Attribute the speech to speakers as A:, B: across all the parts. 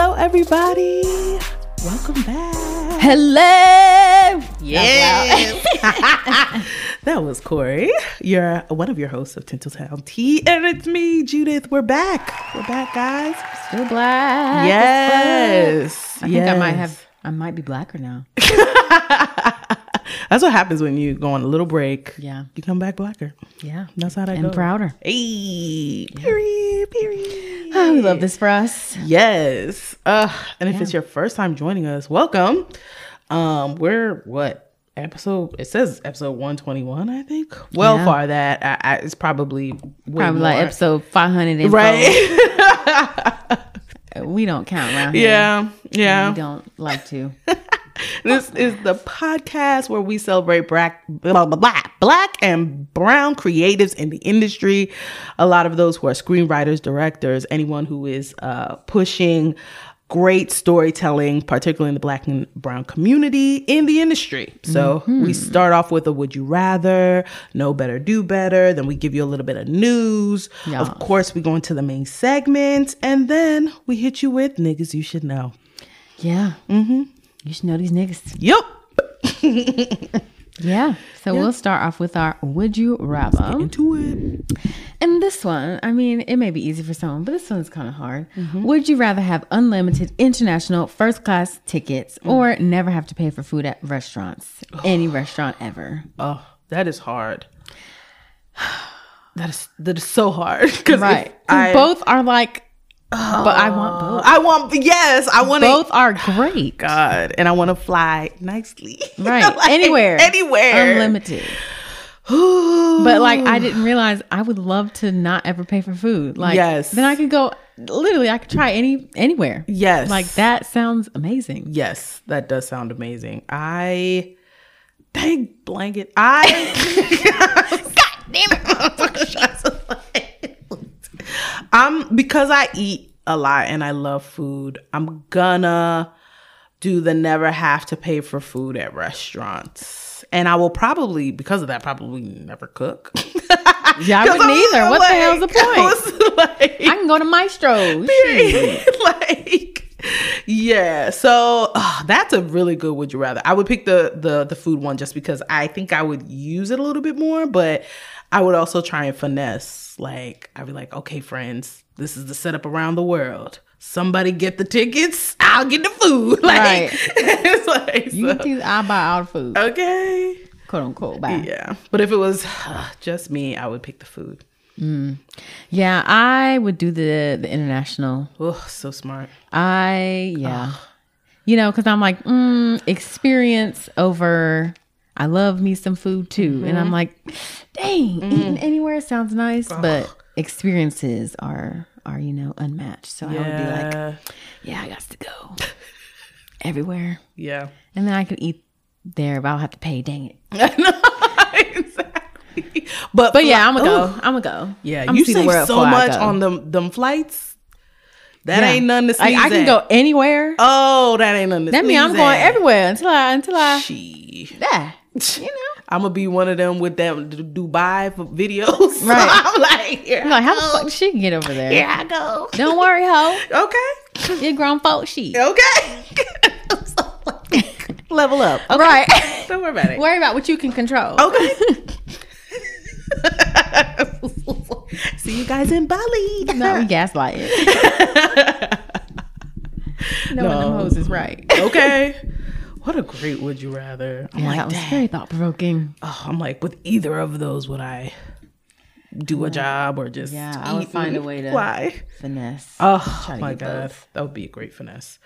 A: everybody. Welcome back.
B: Hello.
A: Yes. that was Corey. You're one of your hosts of Tinseltown Tea, and it's me, Judith. We're back. We're back, guys.
B: Still black.
A: Yes.
B: I think I might have. I might be blacker now.
A: That's what happens when you go on a little break.
B: Yeah.
A: You come back blacker.
B: Yeah.
A: That's how that
B: And
A: goes.
B: prouder.
A: Hey. Period. Period.
B: Oh, we love this for us.
A: Yes. Uh, and if it's your first time joining us, welcome. Um, we're what episode? It says episode one twenty one, I think. Well,
B: Yeah.
A: far that I, I, it's probably way
B: Probably like
A: more.
B: episode 500. and
A: right.
B: four. We don't count around here.
A: yeah,
B: We
A: yeah.
B: don't like to.
A: This is the podcast where we celebrate black, blah, blah, blah, black and brown creatives in the industry. A lot of those who are screenwriters, directors, anyone who is uh, pushing great storytelling, particularly in the black and brown community in the industry. So we start off with a would you rather, know better, do better. Then we give you a little bit of news. Of course, we go into the main segment and then we hit you with niggas you should know.
B: Yeah. Mm-hmm. You should know these niggas.
A: Yup.
B: Yeah. So we'll start off with our Would You Rather.
A: Into it.
B: And this one, I mean, it may be easy for someone, but this one's kind of hard.
A: Mm-hmm.
B: Would you rather have unlimited international first class tickets
A: Mm.
B: or never have to pay for food at restaurants, any restaurant ever?
A: Oh, that is hard. That is that is so hard because
B: Right.
A: I Oh.
B: both are like, but I want both.
A: I want yes, I want to
B: Both are great.
A: God, and I want to fly nicely.
B: Right.
A: Like,
B: anywhere.
A: anywhere,
B: Unlimited. But like I didn't realize I would love to not ever pay for food. Like
A: Yes.
B: then I could go literally I could try any anywhere.
A: Yes.
B: Like that sounds amazing.
A: Yes, that does sound amazing. I dang blanket. I God damn it. I'm because I eat a lot and I love food, I'm gonna do the never have to pay for food at restaurants. And I will probably, because of that, probably never cook.
B: Yeah, I
A: 'Cause
B: wouldn't
A: was
B: either. What the hell's the
A: like- I
B: point?
A: was like-
B: I can go to Maestro.
A: like yeah so ah, that's a really good would you rather i would pick the the the food one just because i think i would use it a little bit more but i would also try and finesse like i'd be like okay friends this is the setup around the world somebody get the tickets i'll get the food like
B: Right.
A: it's like
B: You
A: so-
B: can do I buy all the food.
A: okay
B: Quote unquote. Buy.
A: yeah but if it was ah, just me i would pick the food
B: Yeah, I would do the the international.
A: oh so smart
B: I yeah. You know, because I'm like, mm, experience over. I love me some food too, and I'm like, dang, eating anywhere sounds nice, but experiences are are you know unmatched. So I would be like,
A: yeah
B: yeah, I got to go everywhere,
A: yeah
B: and then I could eat there, but I'll have to pay. Dang it!
A: exactly. But
B: But oh, yeah, I'm gonna
A: Ooh.
B: go. I'm gonna go.
A: Yeah,
B: I'm
A: you save so much on
B: the
A: them them flights. That ain't nothing to sneeze
B: I, I can
A: at.
B: go anywhere.
A: Oh, that ain't nothing. To
B: that means I'm
A: sneeze
B: going
A: at.
B: everywhere until I until I
A: She,
B: yeah. You know.
A: I'm gonna be one of them with them D- Dubai f- videos.
B: Right.
A: I'm like, here
B: I'm like, how the fuck she can get over there?
A: here I go.
B: Don't worry, ho.
A: Okay,
B: You're grown folk she.
A: okay. I'm so like, Level up. Okay.
B: Right.
A: Don't worry about it.
B: worry about what you can control.
A: Okay. See you guys in Bali.
B: No, we gaslighted. no, one of them
A: No.
B: hoes is right.
A: okay. What a great would you rather. I'm
B: Yeah,
A: like,
B: that was
A: "Dang."
B: very thought provoking.
A: Oh, I'm like, with either of those, would I do a job or just
B: Yeah, I would
A: eat
B: find a
A: and
B: way to-
A: fly?
B: Finesse.
A: Oh
B: to
A: my
B: get
A: god, that would be a great finesse.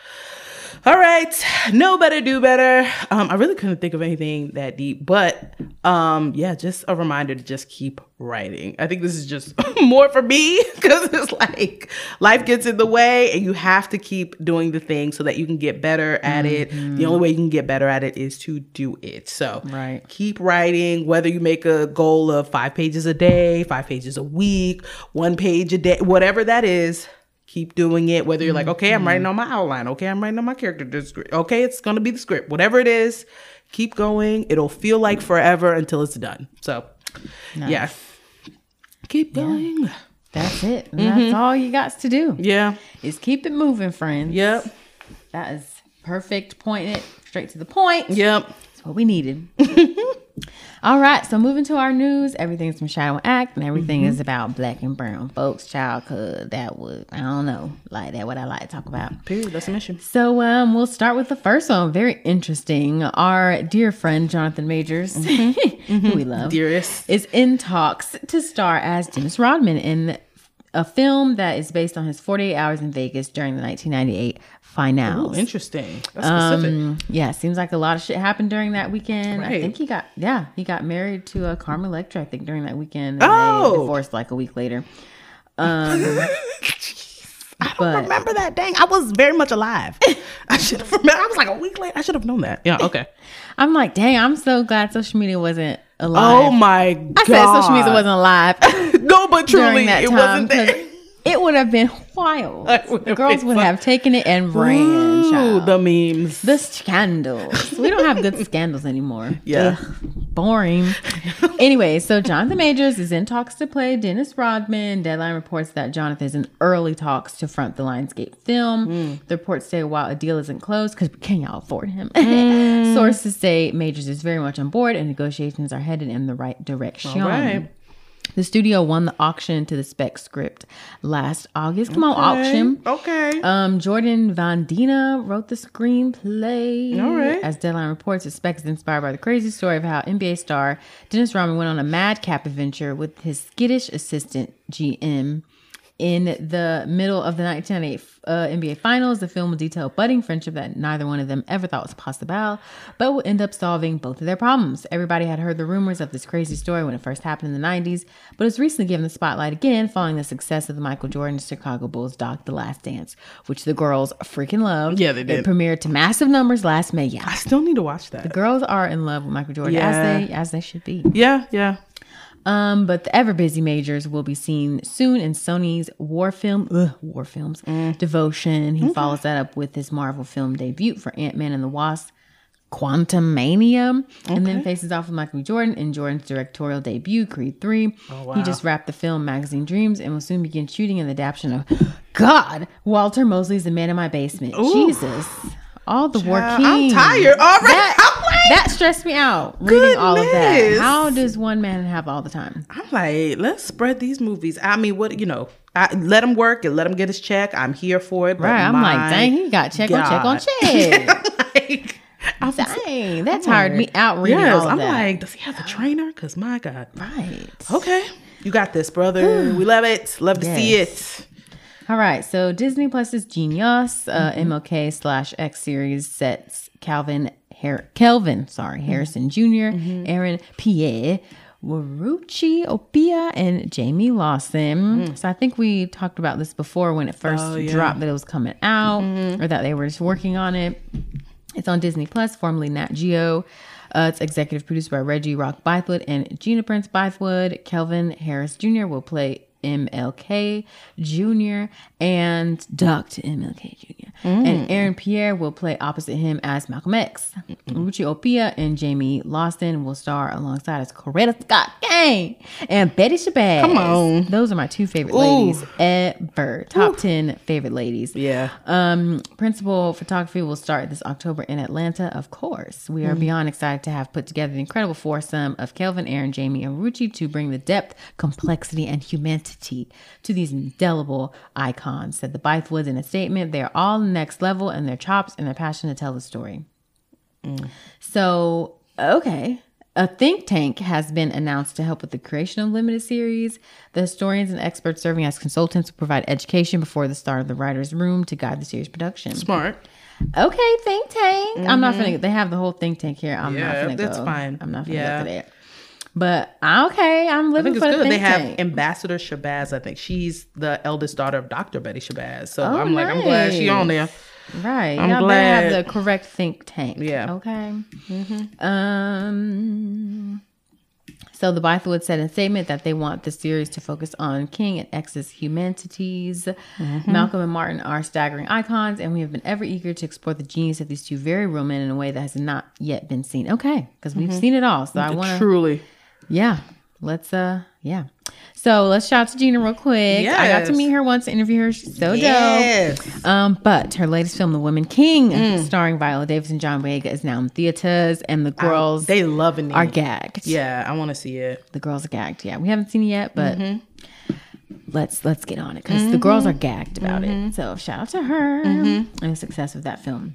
A: All right, know better, do better. Um, I really couldn't think of anything that deep, but um, yeah, just a reminder to just keep writing. I think this is just more for me because it's like life gets in the way, and you have to keep doing the thing so that you can get better at it. The only way you can get better at it is to do it. So
B: Right.
A: keep writing whether you make a goal of five pages a day five pages a week one page a day whatever that is keep doing it whether you're like okay i'm writing on my outline okay i'm writing on my character description okay it's gonna be the script whatever it is keep going it'll feel like forever until it's done so yeah keep going yeah, Mm-hmm.
B: That's it. And That's all you got to do. Is keep it moving, friends.
A: yep
B: That is perfect. Point it straight to the point.
A: Yep.
B: That's what we needed. All right, so moving to our news, everything's from Shadow Act, and everything is about black and brown folks, child. Cause that would I don't know, like that. What I like to talk about.
A: Period. That's a mission.
B: So um, we'll start with the first one. Very interesting. Our dear friend Jonathan Majors, who we love,
A: Dearest.
B: is in talks to star as Dennis Rodman in a film that is based on his 48 hours in Vegas during the 1998
A: Ooh,
B: finals.
A: interesting. That's specific.
B: Mm, yeah, seems like a lot of shit happened during that weekend. I
A: Right.
B: think he got yeah, he got married to uh, Carmen Electra. I think during that weekend, and
A: Oh.
B: they divorced like a week later.
A: I don't
B: but-
A: remember that. Dang, I was very much alive. I should have remembered. I was like a week late. I should have known that. Yeah. Okay.
B: I'm like, dang, I'm so glad social media wasn't alive.
A: Oh my god.
B: I said social media wasn't alive.
A: No, but truly,
B: during that
A: it
B: time.
A: wasn't
B: 'cause
A: there.
B: It would have been wild.
A: That would
B: The
A: have
B: girls
A: been
B: would
A: fun.
B: have taken it and ran.
A: Ooh,
B: child.
A: the memes.
B: the scandals. we don't have good scandals anymore.
A: Yeah.
B: Ugh, boring. anyway, so Jonathan Majors is in talks to play Dennis Rodman. Deadline reports that Jonathan is in early talks to front the Lionsgate film.
A: Hmm.
B: The reports say while a deal isn't closed, because can y'all afford him?
A: Hmm.
B: Sources say Majors is very much on board and negotiations are headed in the right direction.
A: All right.
B: The studio won the auction to the spec script last August. Come on, auction.
A: Okay.
B: Um, Jordan Vandina wrote the screenplay.
A: All right.
B: As Deadline reports, the spec is inspired by the crazy story of how NBA star Dennis Rodman went on a madcap adventure with his skittish assistant GM in the middle of the 1998 uh, NBA Finals. The film will detail a budding friendship that neither one of them ever thought was possible, but will end up solving both of their problems. Everybody had heard the rumors of this crazy story when it first happened in the 90s, but it was recently given the spotlight again following the success of the Michael Jordan Chicago Bulls doc, The Last Dance, which the girls freaking loved.
A: Yeah, they did.
B: It premiered to massive numbers last May. Yeah.
A: I still need to watch that.
B: Girls are in love with Michael Jordan
A: Yeah.
B: as they as they should be.
A: Yeah, yeah.
B: Um, but the ever busy majors will be seen soon in Sony's war film, ugh, war films,
A: Mm.
B: Devotion. He follows that up with his Marvel film debut for Ant Man and the Wasp, Quantum Mania, and then faces off with Michael B. Jordan in Jordan's directorial debut, Creed 3.
A: Oh,
B: He just wrapped the film Magazine Dreams and will soon begin shooting in the adaptation of God, Walter Mosley's The Man in My Basement. Jesus. All the war
A: Child,
B: king.
A: Uh, I'm tired already. I'm
B: That,
A: like-
B: that stressed me out reading all of that.
A: Goodness.
B: How does one man have all the time?
A: I'm like, let's spread these movies. I mean, what you know, I, let him work and let him get his check. I'm here for it. but
B: Right. I'm
A: my
B: like, dang, he got check on
A: God.
B: check on check.
A: like, I'm so-
B: dang, that tired me out reading
A: Yes,
B: all of
A: I'm
B: that.
A: like, does he have a trainer? Cause my God.
B: right.
A: Okay, you got this,
B: Hmm.
A: brother. we love it. Love to see it.
B: All right. So Disney Plus's Genius, uh, MLK slash X series sets Calvin Har- Kelvin, sorry, Harrison junior Aaron Pierre. Waruchi Opia and Jamie Lawson. So I think we talked about this before when it first dropped that it was coming out or that they were just working on it. It's on Disney Plus, formerly Nat Geo. Uh, it's executive produced by Reggie Rock Bythewood and Gina Prince Bythewood. Kelvin Harris Jr. will play MLK Jr. and Dr. MLK Jr. And Aaron Pierre will play opposite him as Malcolm X. Ruchi Opia and Jamie Lawson will star alongside as Coretta Scott Gang and Betty Shabazz. Come
A: on.
B: Those are my two favorite ladies ever. Top 10 favorite ladies.
A: Yeah.
B: Um, principal photography will start this October in Atlanta. Of course, we are beyond excited to have put together the incredible foursome of Kelvin, Aaron, Jamie, and Ruchi to bring the depth, complexity, and humanity to these indelible icons. Said the Bythewoods in a statement. They are all next level in their chops and their passion to tell the story. So, okay. A think tank has been announced to help with the creation of limited series. The historians and experts serving as consultants will provide education before the start of the writer's room to guide the series production.
A: Smart.
B: Okay, think tank. I'm not finna. They have the whole think tank here. I'm
A: Mm-hmm. Yeah,
B: not finna
A: that's
B: go.
A: fine.
B: I'm not finna
A: Yeah.
B: go to that. But okay,
A: I
B: I'm living
A: think
B: for
A: it's
B: the
A: good.
B: think
A: They have
B: tank.
A: Ambassador Shabazz. I think she's the eldest daughter of Dr. Betty Shabazz. So I'm like, I'm glad she on there.
B: Right.
A: I'm
B: Y'all better have
A: glad.
B: the correct think tank.
A: Yeah. Mm-hmm.
B: Okay. Um. So the Bythewood said in a statement that they want the series to focus on King and X's humanities.
A: Mm-hmm.
B: Malcolm and Martin are staggering icons, and we have been ever eager to explore the genius of these two very real men in a way that has not yet
A: Mm-hmm.
B: been seen. Okay, because we've seen it all. So I want to
A: Truly.
B: yeah. Let's uh yeah. So let's shout out to Gina real quick. I got
A: Yes.
B: to meet her once, interview her. She's so dope.
A: yes. Mm.
B: Um, but her latest film, The Woman King, starring Viola Davis and John Boyega, is now in theaters, and the girls
A: They loving it.
B: are gagged.
A: yeah, I want to see it.
B: the girls are gagged. Yeah, we haven't seen it yet, but let's let's get on it because the girls are gagged about it. So shout out to her and the success of that film.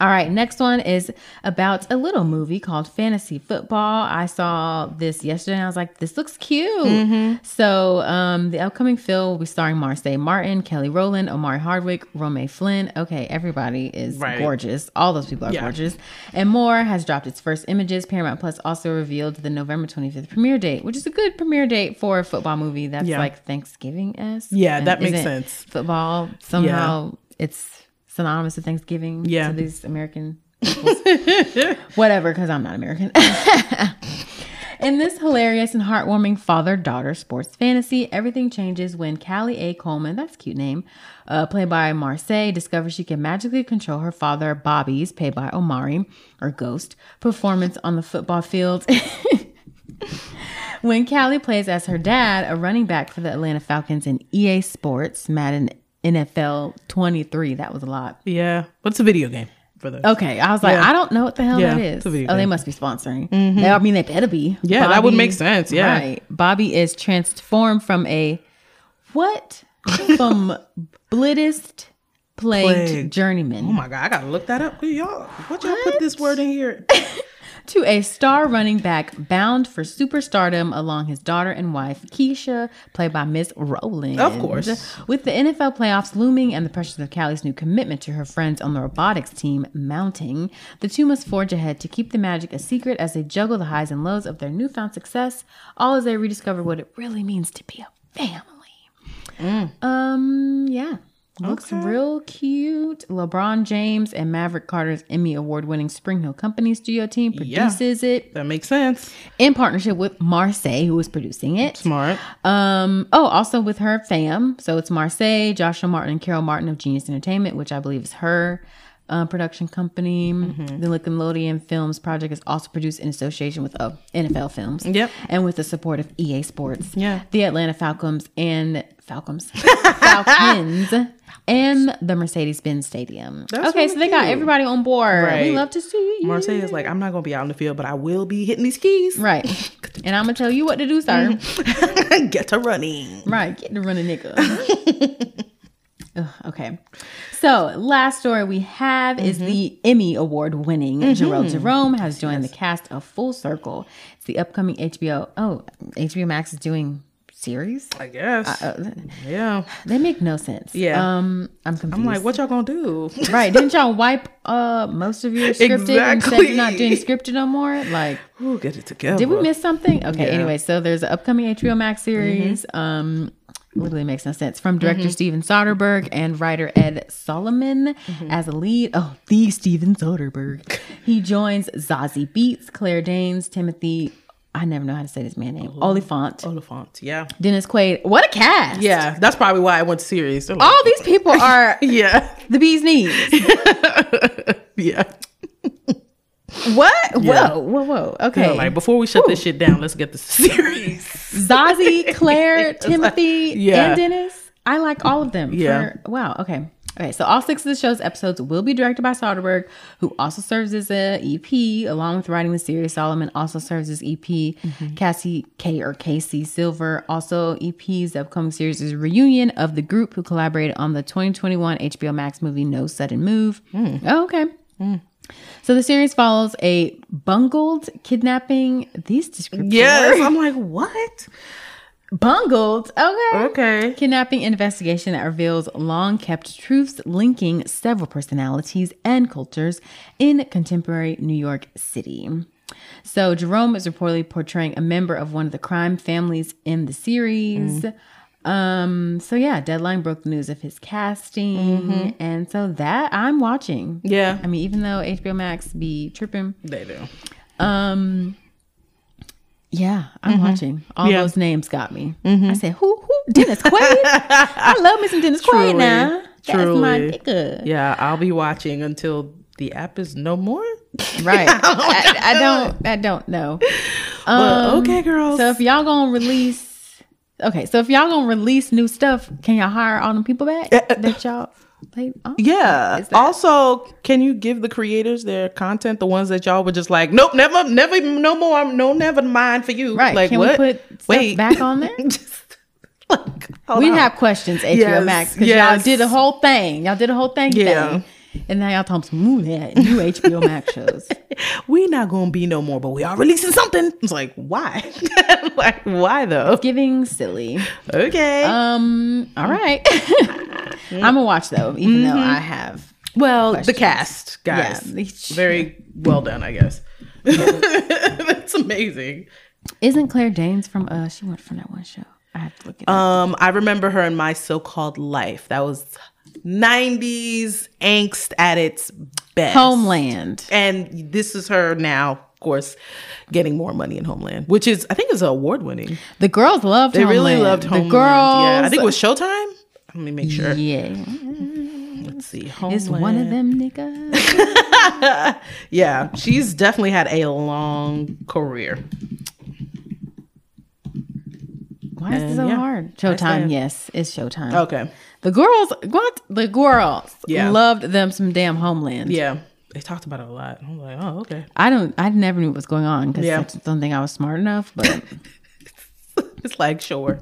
B: All right, next one is about a little movie called Fantasy Football. I saw this yesterday and I was like, this looks cute. So, um, the upcoming film will be starring Marseille Martin, Kelly Rowland, Omari Hardwick, Romae Flynn. Okay, everybody is
A: Right.
B: gorgeous. All those people are
A: Yeah.
B: gorgeous. And more has dropped its first images. Paramount Plus also revealed the November 25th premiere date, which is a good premiere date for a football movie that's
A: Yeah.
B: like Thanksgiving esque.
A: Yeah, that makes sense.
B: Football somehow it's synonymous with Thanksgiving
A: Yeah.
B: to these American whatever, because I'm not American. In this hilarious and heartwarming father daughter sports fantasy, everything changes when Callie A. Coleman, that's a cute name, uh, played by Marseille, discovers she can magically control her father, Bobby's, played by Omari, or Ghost, performance on the football field. when Callie plays as her dad, a running back for the Atlanta Falcons in EA Sports, Madden NFL 23. That was a lot.
A: Yeah. What's a video game for those?
B: Okay, I was like,
A: Yeah.
B: I don't know what the hell
A: Yeah,
B: that is.
A: it's a video
B: Oh, they
A: game. Mm-hmm.
B: must be sponsoring. They, I mean, they better be.
A: Yeah, that would make sense, yeah.
B: right. Bobby is transformed from a what? from blittest plagued
A: Plague.
B: journeyman
A: Oh my god, I gotta look that up. Who Y'all, what y'all put this word in here?
B: to a star running back bound for superstardom along his daughter and wife Keisha, played by Miss Rowland.
A: Of course.
B: With the NFL playoffs looming and the pressures of Callie's new commitment to her friends on the robotics team mounting, the two must forge ahead to keep the magic a secret as they juggle the highs and lows of their newfound success, all as they rediscover what it really means to be a family. Um, yeah. Looks real cute. LeBron James and Maverick Carter's Emmy Award winning Spring Hill Company studio team
A: Yeah.
B: produces it
A: that makes sense.
B: in partnership with Marseille, who is producing it.
A: Smart.
B: Um, oh, also with her fam. So it's Marseille, Joshua Martin, and Carol Martin of Genius Entertainment, which I believe is her uh, production company.
A: Mm-hmm.
B: The Nickelodeon Films project is also produced in association with uh, NFL Films.
A: Yep.
B: And with the support of EA Sports.
A: Yeah.
B: The Atlanta Falcons and Falcons. Falcons. And the Mercedes Benz Stadium.
A: That's
B: okay,
A: really
B: so they got
A: cute.
B: everybody on board. We
A: Right.
B: love to see you.
A: Marseille is like, I'm not gonna be out in the field, but I will be hitting these keys.
B: Right. And I'm gonna tell you what to do, sir.
A: Get to running.
B: Right, get to run a nigga. Ugh, okay. So, last story we have is
A: Mm-hmm.
B: the Emmy Award winning Jerome Jerome has joined the cast of Full Circle. It's the upcoming HBO. Oh, HBO Max is doing series?
A: I guess.
B: Uh,
A: yeah.
B: they make no sense.
A: Yeah.
B: Um, I'm confused.
A: I'm like, what y'all gonna do?
B: right. Didn't y'all wipe uh, most of your scripted and said you're not doing
A: Exactly.
B: scripted no more? Like,
A: Ooh, get it together.
B: did we miss something? Okay. Anyway, so there's an upcoming HBO Max
A: Mm-hmm.
B: series. Um, literally makes no sense. From director Steven Soderbergh and writer Ed Solomon
A: Mm-hmm.
B: as a lead. Oh, the Steven Soderbergh. He joins Zazie Beats, Claire Danes, Timothy. I never know how to say this man name.
A: Oh.
B: Oliphant,
A: Oliphant? Yeah.
B: Dennis Quaid. What a cast!
A: Yeah. That's probably why I went serious. They're like,
B: All these people are
A: Oh, Yeah.
B: the bee's knees.
A: Yeah.
B: What? Whoa, whoa, whoa. Okay.
A: I'm like, before we shut this shit down, let's get the serious.
B: Zazie, Claire, Timothy,
A: yeah.
B: and Dennis. I like all of them.
A: Yeah.
B: for- wow. Okay. Okay. So all six of the show's episodes will be directed by Soderbergh, who also serves as a EP, along with writing the series. Solomon also serves as EP.
A: Mm-hmm.
B: Cassie K or Casey Silver also EPs. The upcoming series is a reunion of the group who collaborated on the 2021 HBO Max movie No Sudden Move.
A: Mm.
B: Oh, okay. So the series follows a bungled kidnapping. These descriptions.
A: Yes. I'm like, what?
B: Bungled. Okay.
A: Okay.
B: Kidnapping investigation that reveals long kept truths linking several personalities and cultures in contemporary New York City. So, Jerome is reportedly portraying a member of one of the crime families in the series. Um, so yeah, Deadline broke the news of his casting, and so that I'm watching.
A: Yeah.
B: I mean, even though HBO Max be tripping,
A: They do.
B: um, yeah, I'm watching. All
A: Mm-hmm. Yeah. Mm-hmm.
B: those names got me. I said, "Who? Who? Dennis Quaid? I love me some Dennis Quaid
A: Truly,
B: now. That's my
A: truly.
B: nigga,
A: Yeah, I'll be watching until the app is no more.
B: right? I, I don't, I don't know.
A: But okay, girls.
B: So if y'all gonna release okay, so if y'all gonna release new stuff, can y'all hire all the people back that y'all played on?
A: Yeah.
B: Is that-
A: Also, can you give the creators their content, the ones that y'all were just like, nope, never, never, no more, no, never mind for you.
B: Right.
A: Like
B: can
A: what?
B: we put stuff
A: Wait.
B: back on there?
A: Just, like, hold
B: we
A: on.
B: have questions, HBO
A: Yes,
B: Max, because
A: yes.
B: y'all did a whole thing. Y'all did a whole thing.
A: Yeah.
B: Thing. And now y'all talking some new, new HBO Max shows.
A: we not gonna be no more, but we are releasing something. It's like why? like why though?
B: Giving silly.
A: Okay.
B: Um. All right. Mm-hmm. I'm gonna watch though, even though I have.
A: well, the cast,
B: Oh, Yeah.
A: guys, very well done, I guess. That's amazing.
B: Isn't Claire Danes from? Uh, she went from that one show. I have to look it up.
A: Um, I remember her in my so-called life. That was '90s angst at its best.
B: Uh, Homeland.
A: and this is her now, of course, getting more money in Homeland, which is I think is award-winning.
B: The girls loved.
A: They really loved
B: the
A: Homeland.
B: girls.
A: yeah, I think it was Showtime. Let me make sure.
B: Yeah.
A: Let's see.
B: It's
A: Homeland.
B: one of them niggas.
A: Yeah, she's definitely had a long career.
B: Why is it so
A: yeah.
B: hard?
A: saying.
B: Showtime. Yes, it's Showtime.
A: Okay.
B: Oh. The girls, what? The girls
A: Yeah.
B: loved them some damn homeland.
A: Yeah. They talked about it a lot. I'm like, oh, okay.
B: I don't, I never knew what was going on because
A: Yeah.
B: I don't think I was smart enough, but
A: It's like, sure.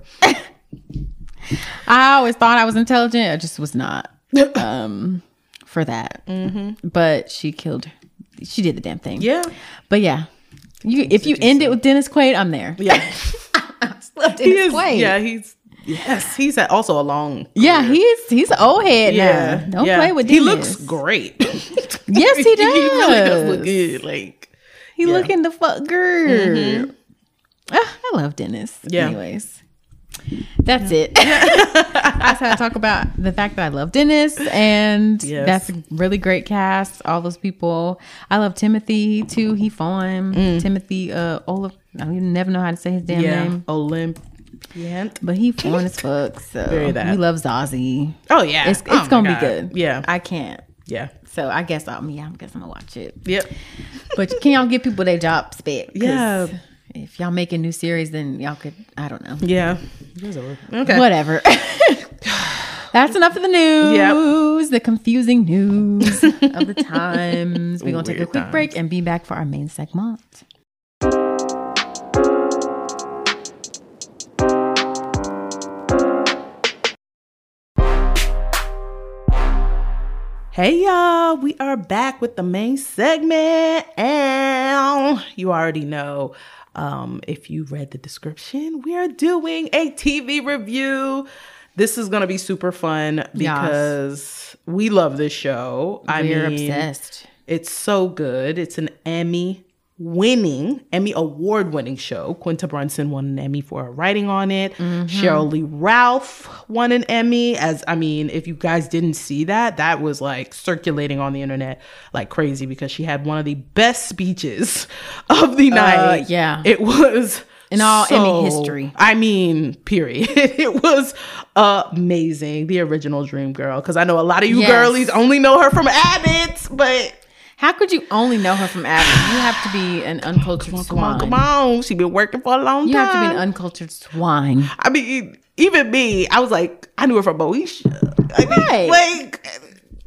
B: I always thought I was intelligent. I just was not um, for that. But she killed, she did the damn thing.
A: Yeah.
B: But yeah, you if you end it with Dennis Quaid, I'm there.
A: Yeah. he
B: Dennis
A: is.
B: Quaid.
A: Yeah, he's. Yes, he's had also a long.
B: Yeah, he's he's an old head
A: Yeah.
B: now. Don't
A: yeah.
B: play with
A: He
B: Dennis.
A: looks great.
B: Yes, he
A: he really does look
B: does.
A: good. Like,
B: He looking the fuck good. Ah, I love Dennis.
A: Yeah.
B: Anyways, that's it. that's how I talk about the fact that I love Dennis, and
A: Yes.
B: that's a really great cast. All those people. I love Timothy too. He fine. Timothy uh Olaf. I don't- never know how to say his damn
A: yeah.
B: name,
A: Olympian.
B: but he fine as fuck. So
A: Very that.
B: we love Zazie.
A: Oh yeah.
B: It's, it's
A: Oh, my
B: gonna
A: God.
B: be good.
A: Yeah.
B: I can't.
A: yeah.
B: So I guess I'm yeah. I guess I'm gonna watch it.
A: Yep.
B: But can y'all give people their job spec? 'Cause
A: Yeah.
B: If y'all make a new series, then y'all could, I don't know.
A: Yeah. Okay.
B: Whatever. That's enough of the news, the confusing news of the times. We're going to take a
A: Weird
B: quick break and be back for our main segment.
A: Hey y'all, we are back with the main segment, and you already know um, if you read the description, we are doing a TV review. This is gonna be super fun because we love this show. I
B: We're
A: mean,
B: obsessed.
A: it's so good. It's an Emmy winning, Emmy award winning show. Quinta Brunson won an Emmy for her writing on it.
B: Mm-hmm.
A: Cheryl Lee Ralph won an Emmy. As I mean, if you guys didn't see that, that was like circulating on the internet like crazy because she had one of the best speeches of the night.
B: Uh, yeah.
A: It was
B: In all Emmy history.
A: I mean, period. it was amazing. The original Dream Girl. Because I know a lot of you
B: Yes.
A: girlies only know her from Abbott's, but
B: How could you only know her from Abby? You have to be an uncultured
A: Come on,
B: swine.
A: come on. She been working for a long
B: You
A: time.
B: have to be an uncultured swine.
A: I mean, even me, I was like, I knew her from Moesha. I mean,
B: Right.
A: like,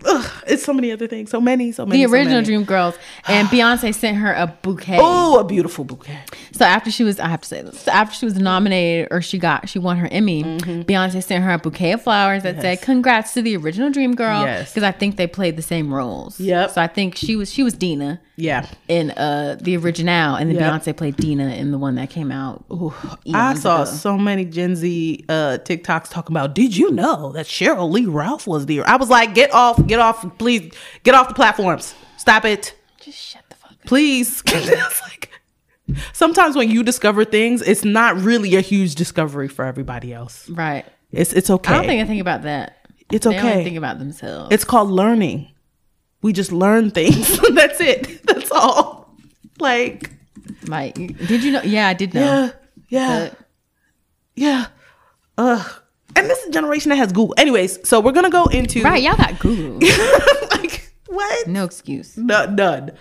A: ugh, it's so many other things. So many, so many.
B: The
A: so
B: original
A: many.
B: Dream Girls and Beyonce sent her a bouquet.
A: Oh, a beautiful bouquet.
B: So after she was, I have to say this. So after she was nominated, or she got, she won her Emmy.
A: Mm-hmm.
B: Beyonce sent her a bouquet of flowers that said, "Congrats to the original Dream Girl,"
A: Yes.
B: because I think they played the same roles.
A: Yep.
B: So I think she was she was Dina
A: Yeah.
B: in uh the original, and then
A: Yep.
B: Beyonce played Dina in the one that came out. eons
A: I saw
B: ago.
A: so many Gen Z uh, TikToks talking about, did you know that Cheryl Lee Ralph was the. I was like, get off, get off, please, get off the platforms. Stop it.
B: Just shut the fuck. up.
A: please. It's like, sometimes when you discover things, it's not really a huge discovery for everybody else.
B: Right.
A: It's it's
B: I don't
A: okay.
B: think I think about that.
A: It's
B: They only think
A: okay.
B: about themselves.
A: It's called learning. We just learn things. That's it. That's all. Like
B: like, did you know? Yeah, I did know.
A: yeah, yeah,
B: Oh, But-
A: yeah. Ugh. And this is a generation that has Google. Anyways, so we're gonna go into
B: Right. Y'all got Google.
A: like what?
B: no excuse.
A: No, none.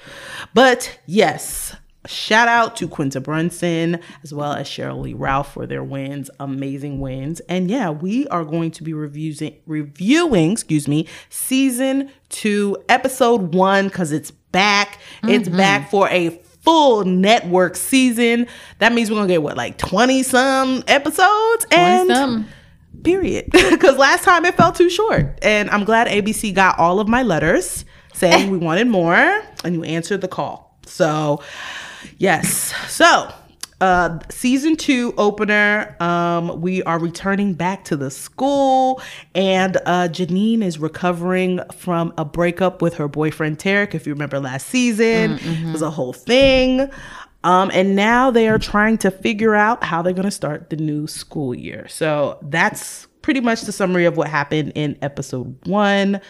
A: But yes, Shout out to Quinta Brunson as well as Cheryl Lee Ralph for their wins, amazing wins. And yeah, we are going to be reviewing, reviewing, excuse me, season two, episode one, because it's back. It's back for a full network season. That means we're gonna get what, like twenty some episodes, and
B: something.
A: period. Because last time it fell too short, and I'm glad ABC got all of my letters saying we wanted more, and you answered the call. So Yes. So, uh, season two opener, um, we are returning back to the school, and uh, Janine is recovering from a breakup with her boyfriend Tarek. If you remember last season, it was a whole thing. Um, and now they are trying to figure out how they're going to start the new school year. So, that's pretty much the summary of what happened in episode one.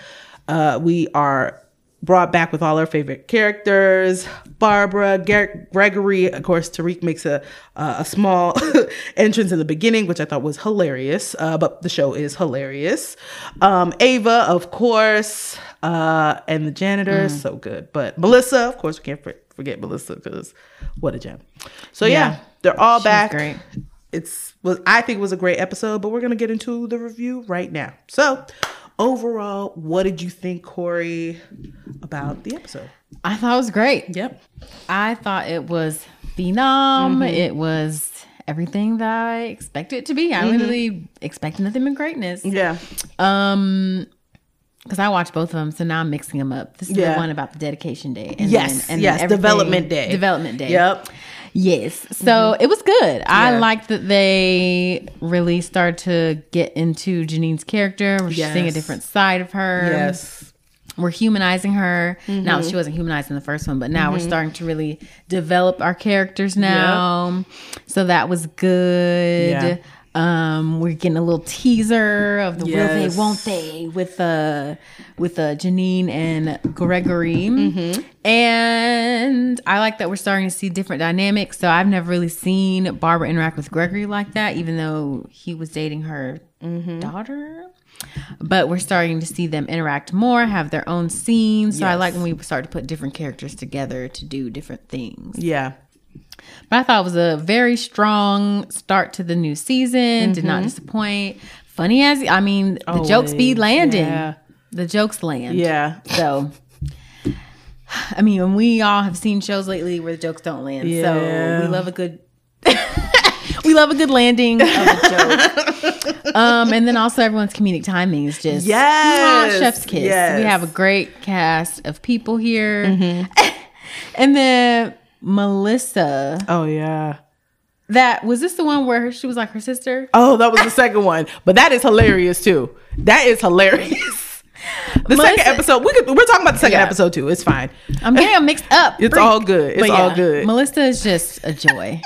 A: Uh, we are brought back with all our favorite characters. Barbara, Ger- Gregory, of course, Tariq makes a uh, a small entrance in the beginning, which I thought was hilarious. Uh, but the show is hilarious. Um, Ava, of course, uh, and the janitor, is so good. But Melissa, of course, we can't for- forget Melissa because what a gem. So yeah,
B: Yeah.
A: they're all back.
B: great.
A: It's was I think it was a great episode, but we're gonna get into the review right now. So overall, what did you think, Corey, about the episode?
B: I thought it was great.
A: Yep.
B: I thought it was phenom.
A: Mm-hmm.
B: It was everything that I expected it to be.
A: Mm-hmm.
B: I literally expected nothing but greatness.
A: Yeah.
B: Um, because I watched both of them, so now I'm mixing them up. This is
A: Yeah.
B: the one about the dedication day. And
A: Yes, yes,
B: everything-
A: development day.
B: Development day.
A: Yep. Mm-hmm.
B: Yes. So it was good. I
A: Yeah.
B: liked that they really started to get into Janine's character. We're seeing a
A: Yes.
B: different side of her.
A: Yes.
B: We're humanizing her. Now
A: Mm-hmm.
B: she wasn't humanized in the first one, but now we're starting to really develop our characters now. So that was good.
A: Yeah.
B: Um, we're getting a little teaser of the will
A: Yes.
B: they, won't they, with uh, with uh, Janine and Gregory,
A: Mm-hmm.
B: and I like that we're starting to see different dynamics. So I've never really seen Barbara interact with Gregory like that, even though he was dating her
A: Mm-hmm.
B: daughter. But we're starting to see them interact more, have their own scenes. So I
A: Yes.
B: like when we start to put different characters together to do different things.
A: Yeah.
B: But I thought it was a very strong start to the new season. Did not disappoint. Funny as I mean, the jokes be
A: Mm-hmm. Always.
B: landing.
A: Yeah.
B: The jokes land.
A: Yeah.
B: So, I mean, and we all have seen shows lately where the jokes don't land.
A: Yeah.
B: So we love a good. we love a good landing of a joke. um, and then also everyone's comedic timing is just
A: Yes.
B: mwah, chef's kiss.
A: Yes.
B: We have a great cast of people here.
A: Mm-hmm.
B: and then Melissa
A: Oh yeah.
B: that was this the one where she was like her sister?
A: Oh, that was the second one. But that is hilarious too. That is hilarious. The
B: Melissa-
A: second episode, we could, we're talking about the second
B: Yeah.
A: episode too. It's fine.
B: I'm getting them mixed up.
A: It's all good. It's all good.
B: Melissa is just a joy.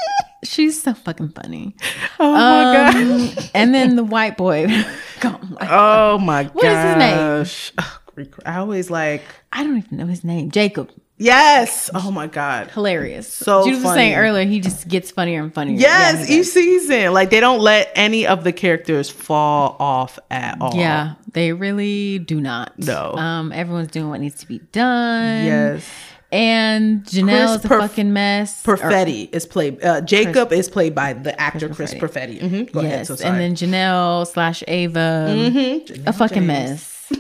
B: She's so fucking funny.
A: Oh my god.
B: Um, and then the white boy. God, I-
A: Oh my gosh.
B: is his name?
A: Ugh, Greek- I always like
B: I don't even know his name. Jacob.
A: yes. Oh my god.
B: Hilarious.
A: So
B: Jude was
A: funny.
B: saying earlier, he just gets funnier and funnier. Yeah,
A: Yes,
B: he
A: each
B: does.
A: season. Like they don't let any of the characters fall off at all.
B: yeah, they really do not.
A: No.
B: Um, everyone's doing what needs to be done.
A: Yes.
B: And Janelle
A: Chris
B: is a
A: Perf-
B: fucking mess. Or-
A: Perfetti is played. Uh, Jacob is played by the actor Chris
B: Chris
A: Perfetti. Mhm. Go ahead.
B: yes.
A: So
B: and
A: sorry. Mm-hmm.
B: then Janelle slash Ava. um, a fucking mess.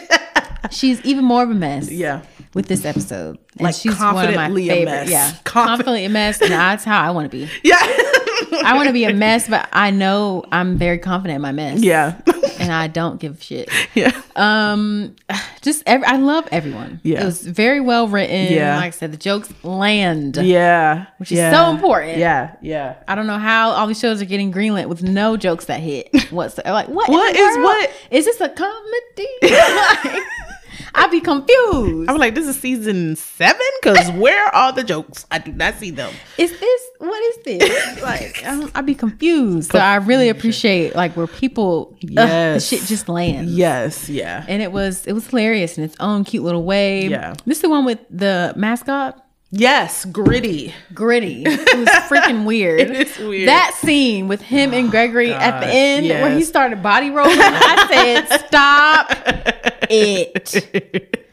B: she's even more of a mess.
A: Yeah.
B: With this episode, and
A: Like,
B: she's
A: confidently a
B: favorite-
A: mess.
B: Yeah,
A: Confi-
B: confidently a mess, and that's how I want to be.
A: Yeah.
B: I want to be a mess, but I know I'm very confident in my mess.
A: yeah.
B: and I don't give a shit.
A: yeah.
B: Um, just ev- I love everyone.
A: Yeah.
B: it was very well written.
A: Yeah.
B: like I said, the jokes land.
A: Yeah.
B: Which is so important.
A: Yeah. Yeah.
B: I don't know how all these shows are getting greenlit with no jokes that hit whatsoever. Like what? in
A: What
B: the
A: is
B: world?
A: what?
B: Is this a comedy? Like, I'd be confused.
A: I'm like, this is season seven because where are the jokes? I do not see them.
B: Is this what is this? Like I don't- I'd be confused. So I really appreciate like where people ugh, the
A: Yes.
B: shit just lands.
A: Yes. Yeah.
B: And it was it was hilarious in its own cute little way.
A: Yeah.
B: This is the one with the mascot.
A: Yes. Gritty.
B: Gritty. It was freaking weird.
A: It is weird.
B: That scene with him and Gregory at the
A: Oh, God,
B: end where he
A: yes.
B: started body rolling, I said, stop it.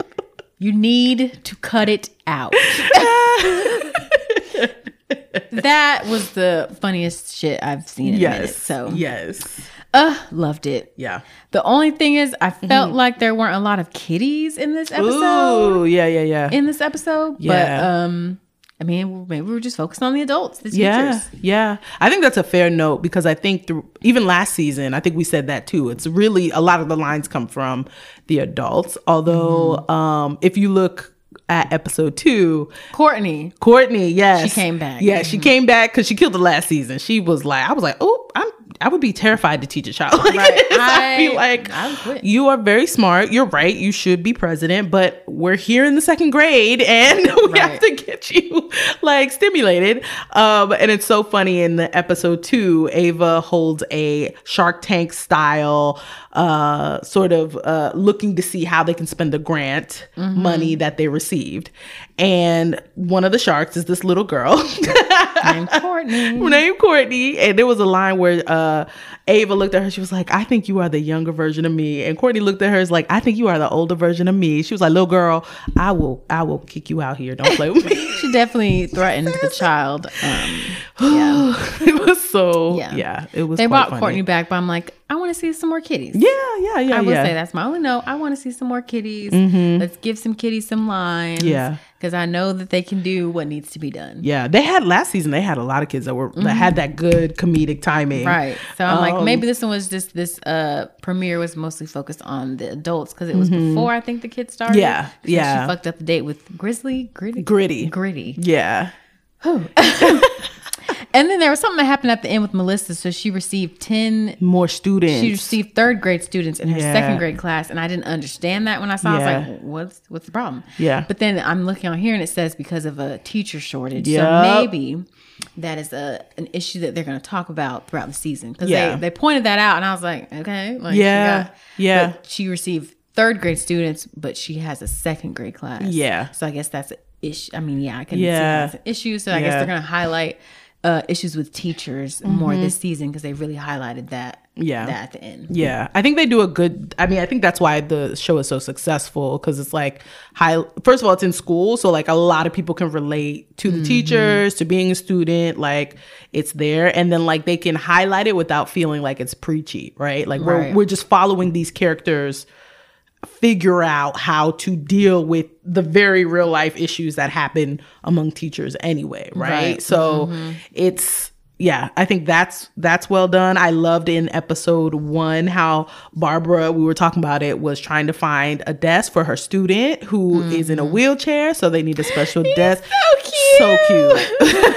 B: You need to cut it out. that was the funniest shit I've seen in a minute.
A: yes.
B: So,
A: yes.
B: uh, loved it.
A: Yeah.
B: The only thing is, I felt like there weren't a lot of kitties in this episode.
A: Ooh. Yeah. Yeah. Yeah.
B: In this episode, but
A: Yeah.
B: um, I mean, maybe we were just focused on the adults, the teachers.
A: yeah, yeah. I think that's a fair note because I think through, even last season, I think we said that too. It's really a lot of the lines come from the adults. Although,
B: Mm-hmm.
A: um, if you look at episode two,
B: Courtney,
A: Courtney, yes,
B: She came back. Mm-hmm.
A: Yeah, she came back because she killed the last season. She was like, I was like, oh, I'm, I would be terrified to teach a child. Like,
B: Right.
A: I'd be
B: I-
A: like,
B: I would quit.
A: you are very smart. You're right. You should be president, but we're here in the second grade and we have
B: Right.
A: to get you like stimulated. Um, and it's so funny in the episode two, Ava holds a Shark Tank style uh, sort of uh, looking to see how they can spend the grant money that they received. And one of the sharks is this little girl.
B: and Courtney.
A: named Courtney. And there was a line where uh, Ava looked at her. She was like, I think you are the younger version of me. And Courtney looked at her as like, I think you are the older version of me. She was like, little girl, I will, I will kick you out here. Don't play with me.
B: She definitely threatened the child. Um, yeah.
A: it was so, yeah,
B: Yeah.
A: it was.
B: They
A: quite
B: brought
A: funny.
B: Courtney back, but I'm like, I want to see some more kitties.
A: Yeah, yeah, yeah.
B: I will
A: yeah. Mm-hmm.
B: say that's my only note. I want to see some more kitties. Let's give some kitties some lines.
A: Yeah.
B: Because I know that they can do what needs to be done.
A: Yeah, they had last season. They had a lot of kids that were that had that good comedic timing.
B: Mm-hmm. Right. So I'm
A: Um,
B: like, maybe this one was just this uh premiere was mostly focused on the adults because it was before I think the kids started.
A: Mm-hmm. Yeah,
B: 'Cause
A: yeah.
B: She fucked up the date with Grizzly, Gritty.
A: Gritty.
B: Gritty.
A: Yeah.
B: And then there was something that happened at the end with Melissa. So she received 10
A: More students.
B: she received third grade students in her
A: Yeah.
B: second grade class, and I didn't understand that when I saw. it. I was
A: Yeah.
B: like, "What's what's the problem?"
A: Yeah.
B: But then I'm looking on here, and it says because of a teacher shortage.
A: Yup.
B: So maybe that is a an issue that they're going to talk about throughout the season because
A: Yeah.
B: they they pointed that out, and I was like, "Okay, like she
A: Yeah.
B: got-
A: Yeah.
B: But she received third grade students, but she has a second grade class.
A: Yeah.
B: So I guess that's an issue. I mean, yeah, I can
A: Yeah.
B: see that's an issue. So I guess
A: Yeah.
B: they're going to highlight. Uh, issues with teachers more
A: Mm-hmm.
B: this season because they really highlighted that
A: Yeah.
B: that at the end
A: Yeah, I think they do a good. I mean, I think that's why the show is so successful because it's like high. First of all, it's in school, so like a lot of people can relate to the teachers, to being a student. Like it's there, and then like they can highlight it without feeling like it's preachy, right? Like we're
B: Right.
A: we're just following these characters figure out how to deal with the very real life issues that happen among teachers anyway right,
B: Right. Mm-hmm.
A: so it's yeah i think that's that's well done i loved in episode one how barbara we were talking about it was trying to find a desk for her student who is in a
B: Mm-hmm.
A: wheelchair so they need a special desk so cute so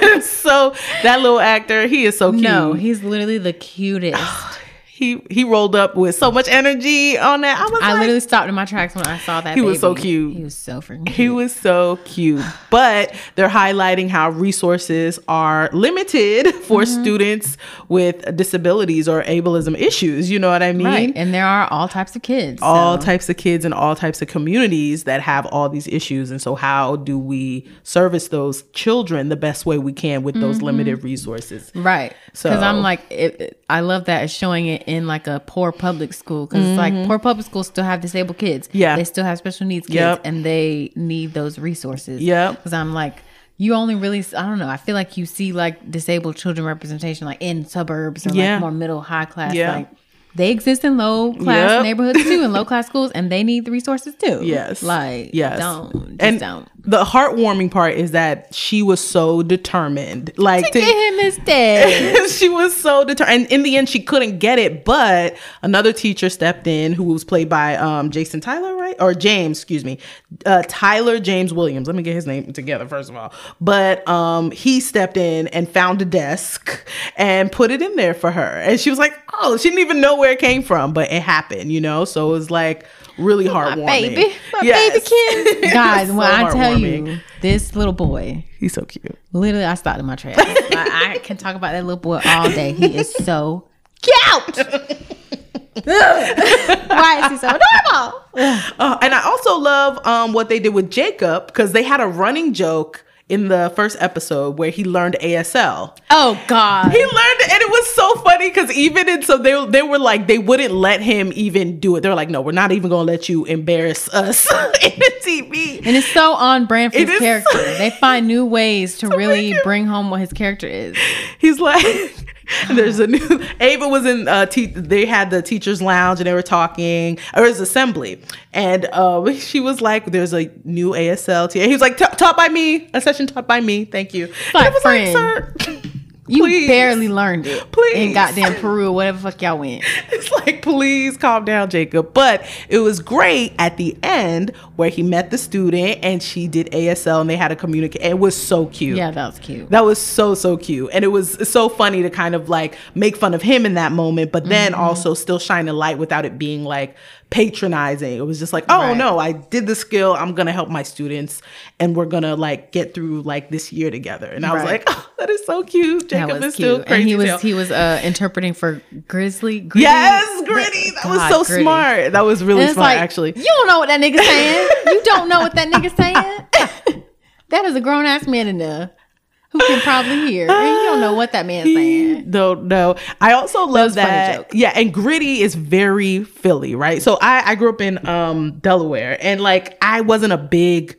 A: cute so that little actor he is so cute
B: No, he's literally the cutest.
A: he he rolled up with so much energy on that i was
B: I
A: like
B: literally stopped in my tracks when I saw that.
A: He was so
B: baby.
A: cute.
B: He was so freaking.
A: He
B: Cute.
A: was so cute, but they're highlighting how resources are limited for
B: Mm-hmm.
A: students with disabilities or ableism issues. You know what I mean?
B: right, and there are all types of kids. so-
A: all types of kids and all types of communities that have all these issues. And so, how do we service those children the best way we can with
B: Mm-hmm.
A: those limited resources?
B: Right.
A: So-
B: Because I'm like, it, it- I love that it's showing it in like a poor public school. Because it's like poor public schools still have disabled kids.
A: Mm-hmm. Yeah.
B: They still have special needs kids
A: Yep.
B: and they need those resources.
A: Yep.
B: Because I'm like, you only really, s- I don't know, I feel like you see like disabled children representation like in suburbs or
A: Yeah.
B: like more middle, high class.
A: Yeah.
B: Like, they exist in low class
A: Yep.
B: neighborhoods too, and low class schools, and they need the resources too.
A: Yes.
B: Like,
A: yes.
B: don't. Just
A: and
B: don't.
A: the heartwarming part is that she was so determined, like
B: Get him his day.
A: she was so determined. And in the end, she couldn't get it. But another teacher stepped in who was played by um, Jason Tyler, right? Or James, excuse me. Uh, Tyler James Williams. Let me get his name together, first of all. But um, he stepped in and found a desk and put it in there for her. And she was like, oh, she didn't even know where it came from, but it happened, you know? So it was like really heartwarming.
B: baby, my
A: Yes.
B: baby kid. Guys,
A: So
B: when I tell
A: heartwarming.
B: you, this little boy,
A: He's so cute.
B: literally, I stopped in my tracks. I, I can talk about that little boy all day. He is so cute. Ugh. Why is he so adorable?
A: Uh, and I also love um, what they did with Jacob because they had a running joke in the first episode where he learned ASL.
B: Oh God.
A: He learned it, and it was so funny because even in so they they were like they wouldn't let him even do it. They were like, no, we're not even gonna let you embarrass us in the TV.
B: and it's so on brand for
A: It
B: his
A: is-
B: character. they find new ways to really
A: make it-
B: bring home what his character is.
A: He's like, there's a new. Ava was in. Uh, te- they had the teachers' lounge and they were talking, or his assembly, and uh, she was like, "There's a new ASL." T-. He was like, "Ta- "Taught by me, a session taught by me. Thank you." And I
B: like,
A: was
B: friend.
A: like, "Sir."
B: You
A: please."
B: barely learned it. In
A: Please.
B: goddamn Peru, or whatever the fuck y'all went.
A: It's like, please calm down, Jacob. But it was great at the end where he met the student and she did ASL and they had a communicate. It was so cute.
B: Yeah, that was cute.
A: That was so, so cute. And it was so funny to kind of like make fun of him in that moment, but then
B: Mm-hmm.
A: also still shine a light without it being like patronizing. It was just like, oh
B: Right.
A: no, I did the skill. I'm going to help my students and we're going to like get through like this year together. And I was like,
B: Right.
A: oh, that is so cute.
B: That
A: Jacob
B: was
A: is still
B: cute.
A: crazy.
B: and he was
A: too.
B: he was uh interpreting for Grizzly. Gritty?
A: Yes, gritty. That was
B: God,
A: so
B: Gritty.
A: smart. That was really
B: And it's
A: smart,
B: like,
A: actually.
B: You don't know what that nigga saying. you don't know what that nigga saying. that is a grown ass man in there who can probably hear. And you don't know what that man's saying.
A: No, no. I also love
B: was a funny joke.
A: that. Yeah, and gritty is very Philly, right? So I I grew up in um Delaware, and like I wasn't a big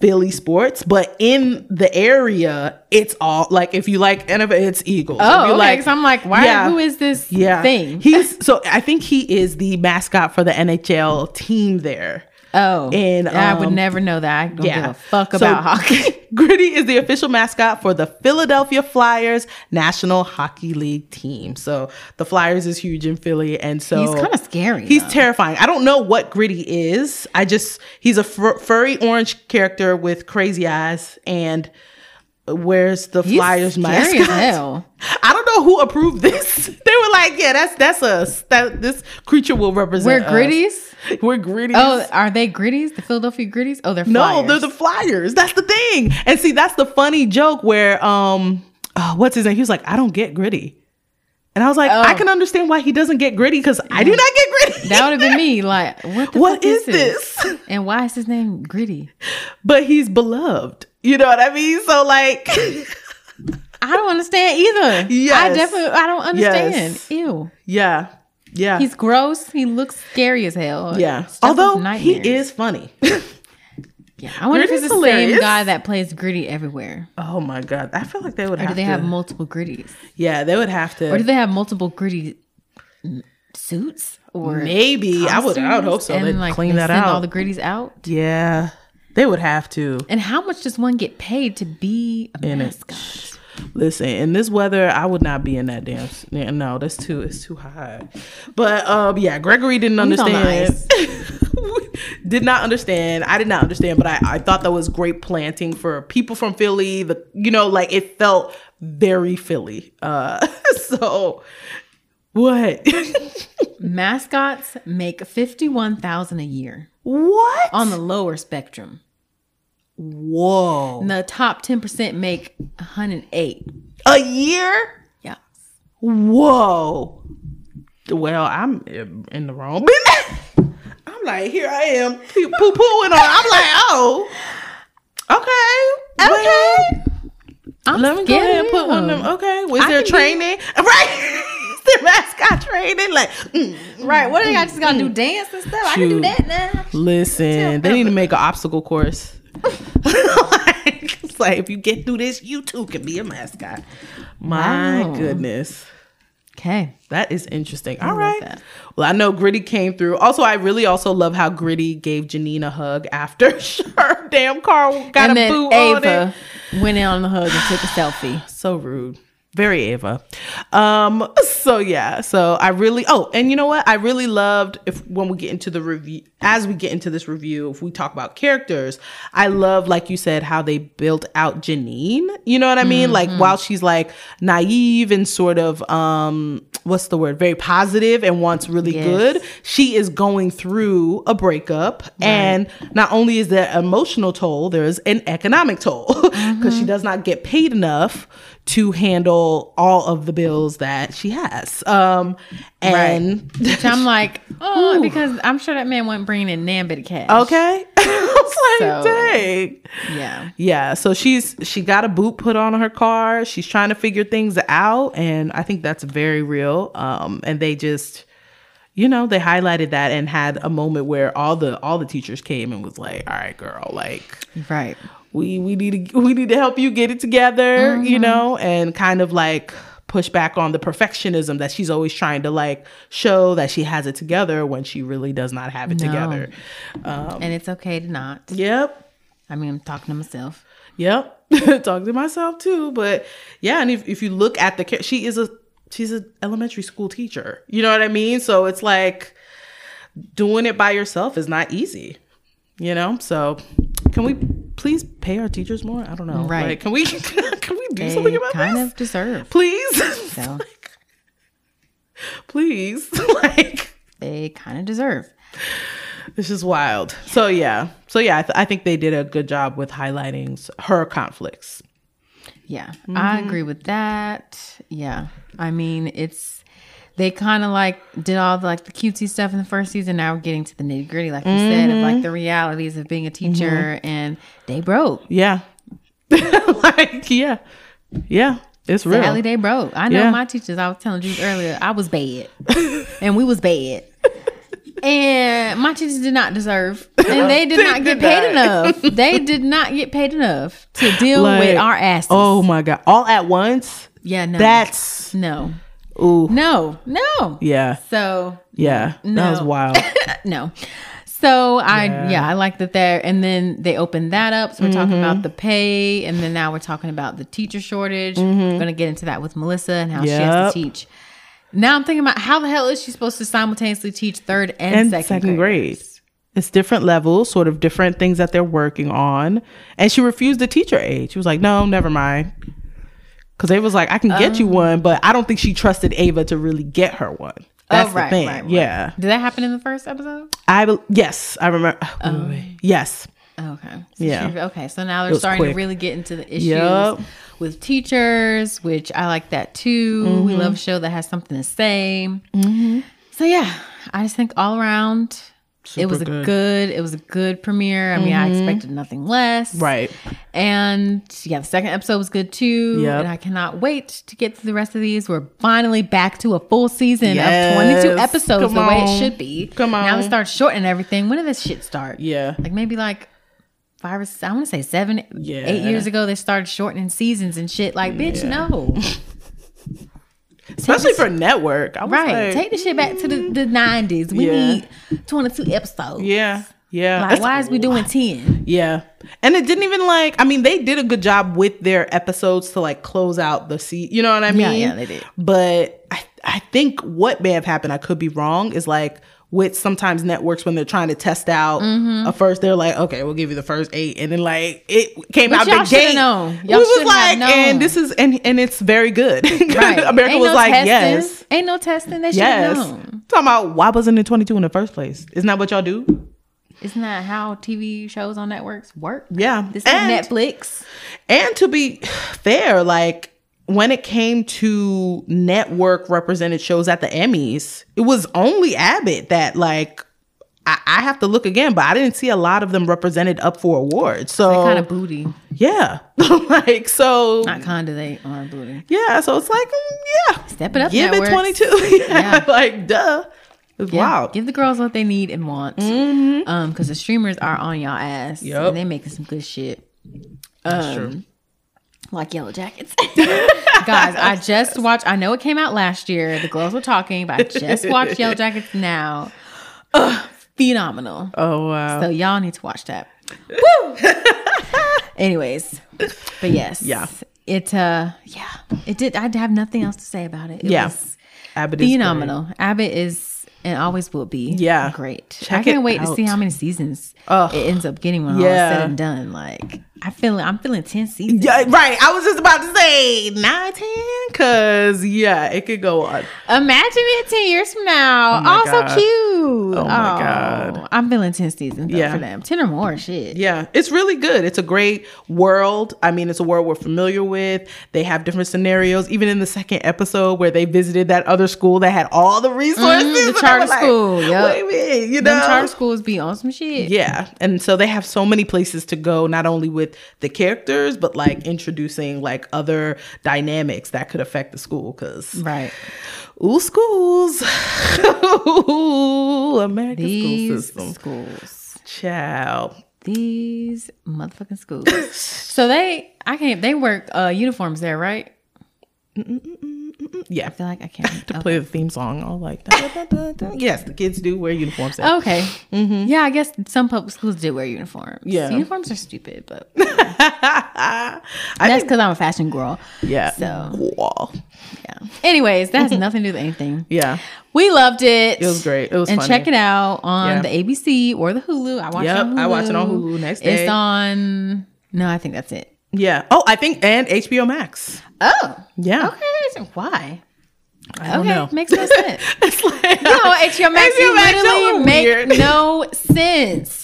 A: Philly sports, but in the area, it's all like if you like NFL, it's Eagles. If
B: Oh,
A: you
B: okay.
A: like-
B: so I'm like, why?
A: Yeah.
B: Who is this
A: yeah
B: thing?
A: He's so I think he is the mascot for the NHL team there.
B: oh,
A: and,
B: I would
A: um,
B: never know that. I don't give a fuck
A: So,
B: about hockey.
A: Gritty is the official mascot for the Philadelphia Flyers National Hockey League team. So the Flyers is huge in Philly, and so
B: He's kind of scary.
A: He's
B: though.
A: terrifying. I don't know what Gritty is. I just he's a fur- furry orange character with crazy eyes and. Where's the
B: He's
A: Flyers
B: scary as
A: mascot?
B: hell.
A: I don't know who approved this. They were like, "Yeah, that's that's us. That this creature will
B: We're
A: represent." us.
B: gritties.
A: We're gritty.
B: Oh, are they gritties? The Philadelphia gritties? Oh, they're
A: No,
B: flyers.
A: they're the Flyers. That's the thing. And see, that's the funny joke where um uh, what's his name? He was like, I don't get gritty. And I was like,
B: Oh.
A: I can understand why he doesn't get gritty because I do not get gritty.
B: That would have been me. Like, what the
A: What
B: fuck
A: is this?
B: And why is his name Gritty?
A: but he's beloved. You know what I mean? So like
B: I don't understand either. I
A: Yes.
B: definitely I don't understand.
A: Yes.
B: Ew.
A: Yeah. Yeah.
B: He's gross. He looks scary as hell.
A: yeah.
B: Stuff is
A: Although he
B: nightmares.
A: is funny.
B: Yeah. I wonder if it's
A: Gritty's
B: the same
A: hilarious.
B: guy that plays Gritty everywhere.
A: oh my god. I feel like they would
B: Or
A: have
B: do they
A: to.
B: have multiple Gritties?
A: yeah, they would have to.
B: Or do they have multiple Gritty mm, suits? Or
A: maybe. I would I would hope so.
B: costumes?
A: They'd
B: And, like,
A: clean
B: they
A: that
B: send
A: out.
B: all the Gritties out.
A: yeah. They would have to.
B: And how much does one get paid to be a
A: in it.
B: mascot?
A: Listen, in this weather, I would not be in that damn. s- yeah, No, that's too. It's too hot. But um, yeah, Gregory didn't
B: was on the
A: understand. did not understand. I did not understand. But I, I thought that was great planting for people from Philly. The you know, like it felt very Philly. Uh, so what?
B: Mascots make fifty-one thousand a year
A: what?
B: on the lower spectrum.
A: Whoa,
B: And the top ten percent make one hundred eight.
A: a year.
B: Yeah,
A: Whoa. Well, I'm in the wrong business. I'm like, here I am, poo pooing on. I'm like, oh, okay, okay.
B: I'm
A: Let me go ahead and put one of them. Okay, was
B: I
A: there
B: can
A: training? Right, is there mascot training? Like, mm.
B: Right? What do I just gotta do? Dance and stuff. I can do
A: Shoot.
B: that now.
A: listen, they need to make an obstacle course. like, it's like, if you get through this, you too can be a mascot. My
B: Wow.
A: goodness.
B: Okay.
A: That is interesting. All right.
B: that.
A: Well, I know Gritty came through. Also, I really also love how Gritty gave Janine a hug after her damn car got
B: and
A: a
B: then
A: boot on
B: Ava
A: it.
B: went in on the hug and took a selfie.
A: So rude. Very Ava. Um, so yeah. So I really oh, and you know what? I really loved if when we get into the review as we get into this review, if we talk about characters, I love, like you said, how they built out Janine. You know what I mean? Like while she's like naive and sort of um what's the word? Very positive and wants really
B: Yes.
A: good. She is going through a breakup and not only is there emotional toll, there's an economic toll because because she does not get paid enough to handle all of the bills that she has. Um, and
B: Which I'm like, oh, because I'm sure that man wasn't bringing in Nambit cash.
A: okay, I was like,
B: So-
A: dang.
B: Yeah.
A: Yeah, so she's she got a boot put on her car. She's trying to figure things out, and I think that's very real. Um, and they just, you know, they highlighted that and had a moment where all the all the teachers came and was like, "All right, girl, like
B: Right.
A: we we need to we need to help you get it together," you know, and kind of like push back on the perfectionism that she's always trying to like show that she has it together when she really does not have it
B: No.
A: together.
B: and it's okay to not.
A: Yep,
B: I mean, I'm talking to myself.
A: Yep. Talk to myself too. But yeah, and if, if you look at the ca- she is a she's an elementary school teacher. You know what I mean? So it's like doing it by yourself is not easy. You know? So can we please pay our teachers more? I don't know.
B: Right.
A: Like, can we can we do
B: They
A: something about
B: kind
A: this?
B: of deserve.
A: please.
B: So
A: please. like
B: they kind of deserve.
A: This is wild. So yeah, so yeah, I, th- I think they did a good job with highlighting s- her conflicts.
B: Yeah, I
A: Mm-hmm.
B: agree with that. Yeah, I mean, it's they kind of like did all the like the cutesy stuff in the first season. Now we're getting to the nitty gritty, like you said, of
A: Mm-hmm.
B: like the realities of being a teacher, and they broke.
A: Yeah. like, yeah. Yeah. It's real.
B: Sally, they broke. I know
A: Yeah.
B: my teachers. I was telling you earlier, I was bad, and we was bad, and my teachers did not deserve, and they did not
A: did
B: get paid
A: not.
B: enough. They did not get paid enough to deal
A: Like,
B: with our asses.
A: Oh my God. All at once?
B: yeah, no,
A: That's.
B: no,
A: Ooh.
B: no, no.
A: Yeah.
B: So
A: Yeah. That was
B: No.
A: wild.
B: no. So I yeah. I like that there and then they opened that up. So we're talking
A: Mm-hmm.
B: about the pay and then now we're talking about the teacher shortage. We're gonna get into that with Melissa and how she has
A: Mm-hmm. Yep.
B: to teach. Now I'm thinking about how the hell is she supposed to simultaneously teach third and,
A: and
B: second,
A: second,
B: grade?
A: grade. It's different levels, sort of different things that they're working on. And she refused the teacher aid. She was like, no, never mind. Because they was like, I can get
B: Oh.
A: you one, but I don't think she trusted Ava to really get her one.
B: Oh,
A: That's the thing. Yeah.
B: Did that happen in the first episode?
A: I, bel- yes, I remember.
B: Oh.
A: yes.
B: Okay. So
A: Yeah.
B: she- okay. So now
A: It
B: they're
A: was
B: starting
A: quick.
B: to really get into the issues
A: Yup.
B: with teachers, which I like that too. We
A: Mm-hmm.
B: love a show that has something to say. So yeah, I just think all around it was a
A: Super
B: good.
A: good.
B: it was a good premiere. I mean, I expected nothing less.
A: Mm-hmm. Right.
B: And yeah, the second episode was good too.
A: Yup.
B: And I cannot wait to get to the rest of these. We're finally back to a full season of 22
A: Yes.
B: episodes
A: Come
B: the way
A: on.
B: it should be.
A: Come
B: Now
A: on.
B: it starts shortening everything. When did this shit start?
A: Yeah.
B: like maybe like five or s- I want to say seven,
A: Yeah.
B: eight years ago they started shortening seasons and shit. Like, bitch, no,
A: Especially for network. I was
B: right?
A: like, mm-hmm.
B: Take the shit back to the the nineties. We
A: Yeah.
B: need twenty two episodes.
A: Yeah. Yeah.
B: Like,
A: That's-
B: why is we doing ten?
A: yeah. And it didn't even like, I mean, they did a good job with their episodes to like close out the seat. You know what I mean?
B: Yeah, yeah, they did.
A: But I, I think what may have happened, I could be wrong, is like with sometimes networks when they're trying to test out
B: Mm-hmm.
A: a first, they're like, okay, we'll give you the first eight. And then like it came
B: But
A: out
B: y'all
A: the
B: shoulda
A: gate.
B: known.
A: We
B: Y'all
A: was
B: shoulda have
A: like, and
B: known.
A: this is, and, and it's very good.
B: Right?
A: America
B: Ain't
A: was
B: no
A: like,
B: testing.
A: yes.
B: ain't no testing. They should
A: Yes.
B: have known.
A: Talking about why wasn't it 22 in the first place? Isn't that what y'all do?
B: Isn't that how TV shows on networks work?
A: Yeah.
B: This
A: And-
B: is Netflix.
A: And to be fair, like when it came to network represented shows at the Emmys, it was only Abbott that like I, I have to look again, but I didn't see a lot of them represented up for awards. So
B: Kind of booty,
A: yeah, like so
B: not kinda. They are booty.
A: yeah, so it's like mm, yeah,
B: Step it up,
A: give
B: networks.
A: it twenty two, yeah,
B: Yeah.
A: like duh, it's
B: Yeah,
A: wild.
B: Give the girls what they need and want. Um, because the streamers are on y'all ass.
A: Mm-hmm. Yup.
B: And they making some good shit.
A: That's true.
B: Like Yellow Jackets. Guys, I just watched I know it came out last year. The girls were talking, but I just watched Yellow Jackets now. Ugh, phenomenal.
A: Oh wow,
B: So y'all need to watch that. Woo! Anyways. But yes.
A: Yeah.
B: It uh yeah. It did I'd have nothing else to say about it. it
A: Yeah.
B: was-
A: Abbott is
B: phenomenal. Abbott is and always will be.
A: Yeah.
B: great.
A: Check
B: I can't
A: it
B: wait
A: out.
B: to see how many seasons
A: Ugh.
B: it ends up getting when all is
A: Yeah.
B: said and done. Like I feel I'm feeling ten seasons.
A: Yeah, right. I was just about to say nine, ten, cause yeah, it could go on.
B: Imagine it ten years from now.
A: Oh my
B: Oh,
A: God.
B: so cute.
A: Oh my God.
B: I'm feeling ten seasons though
A: Yeah.
B: for them. Ten or more. Shit.
A: Yeah, it's really good. It's a great world. I mean, it's a world we're familiar with. They have different scenarios. Even in the second episode where they visited that other school that had all the resources,
B: Mhm, the
A: and I
B: charter
A: was like,
B: school, yep.
A: Wait a minute, you know,
B: Them charter schools be on some shit.
A: Yeah. And so they have so many places to go, not only with the characters, but like introducing like other dynamics that could affect the school. Cause
B: Right.
A: ooh, schools. ooh, American school
B: These
A: system.
B: schools.
A: Child.
B: These motherfucking schools. so they, I can't. They work uh, uniforms there, right?
A: Yeah.
B: I feel like I can't.
A: To play the theme song, all like that. yes, the kids do wear uniforms. now.
B: Okay. Yeah, I guess some public schools did wear uniforms.
A: Mm-hmm. Yeah.
B: Uniforms are stupid, but
A: I
B: that's
A: think-
B: because I'm a fashion girl.
A: yeah.
B: So,
A: Cool.
B: yeah. Anyways, that has nothing to do with anything.
A: Yeah.
B: We loved it.
A: It was great. It was
B: and
A: funny.
B: check it out on
A: Yeah.
B: the ABC or the Hulu. I watch
A: Yep,
B: it on Hulu.
A: I watch it on Hulu next day.
B: It's on. No, I think that's it.
A: Yeah. Oh, I think and HBO Max.
B: Oh.
A: Yeah.
B: Okay. so Why?
A: I don't
B: okay.
A: know.
B: Makes no sense.
A: It's like
B: no, HBO Max,
A: HBO
B: you
A: Max, y'all
B: literally
A: are
B: make
A: weird. Uh,
B: no sense.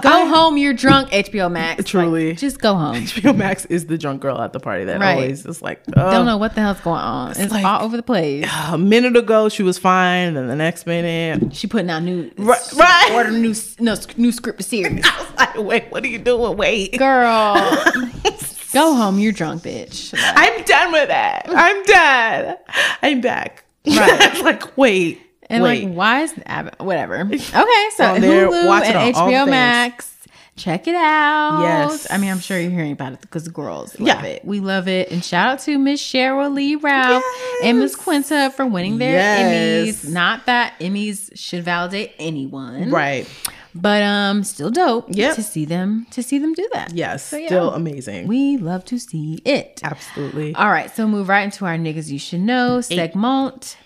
B: Go home. You're drunk, HBO Max. Like,
A: Truly.
B: just go home.
A: HBO Max is the drunk girl at the party that
B: Right.
A: always is like, oh,
B: don't know what the hell's going on. It's,
A: like-
B: all over the place.
A: a minute ago she was fine, and the next minute,
B: She putting out new
A: Right-
B: s-
A: right.
B: order new s- no s- new script series.
A: I was like, wait, what are you doing? Wait,
B: Girl, go home. You're drunk, bitch. Like,
A: I'm done with that. I'm done. I'm back.
B: Right.
A: It's like, wait,
B: and
A: wait.
B: like, why is Ab- whatever? Okay, so
A: On there, watch
B: Hulu
A: it
B: and
A: on all the
B: HBO
A: things.
B: Max. Check it out.
A: Yes.
B: I mean, I'm sure you're hearing about it because girls love
A: Yeah.
B: it. We love it. And shout out to Miss Cheryl Lee Ralph and Miss
A: Yes.
B: Quinta for winning their
A: Yes.
B: Emmys. Not that Emmys should validate anyone.
A: right?
B: but um still dope
A: Yep.
B: to see them to see them do that
A: Yes,
B: So, yeah.
A: still amazing.
B: we Uh, love to see it
A: Absolutely.
B: all right so move right into our niggas you should know segment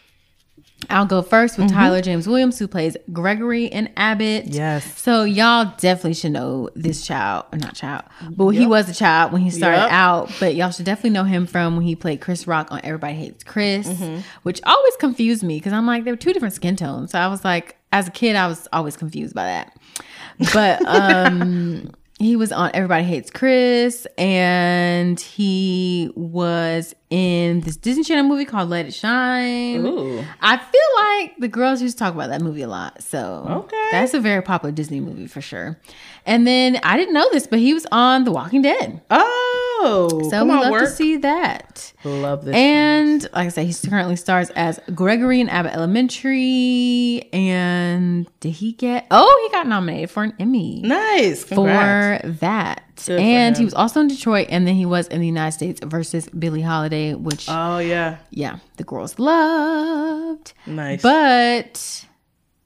B: I'll go first
A: Mm-hmm.
B: with Tyler James Williams, who plays Gregory and Abbott.
A: Yes.
B: So y'all definitely should know this child, not child, but he was a child when he started
A: Yep.
B: out. But y'all should definitely know him from when he played Chris Rock on Everybody Hates Chris,
A: Mm-hmm.
B: which always confused me because I'm like there were two different skin tones. So I was like, as a kid, I was always confused by that. But um, he was on Everybody Hates Chris, and he was in this Disney Channel movie called Let It Shine.
A: Ooh.
B: I feel like the girls used to talk about that movie a lot. So
A: Okay.
B: that's a very popular Disney movie for sure. And then I didn't know this, but he was on The Walking Dead.
A: Oh,
B: So
A: come
B: we
A: on,
B: love
A: work.
B: to see that.
A: love this.
B: And like I said, he currently stars as Gregory in Abbott Elementary. And did he get? Oh, he got nominated for an Emmy
A: nice. Congrats.
B: for that.
A: Good for
B: and he
A: him.
B: was also in Detroit, and then he was in the United States versus Billie Holiday, which
A: Oh yeah,
B: yeah, the girls loved.
A: nice.
B: But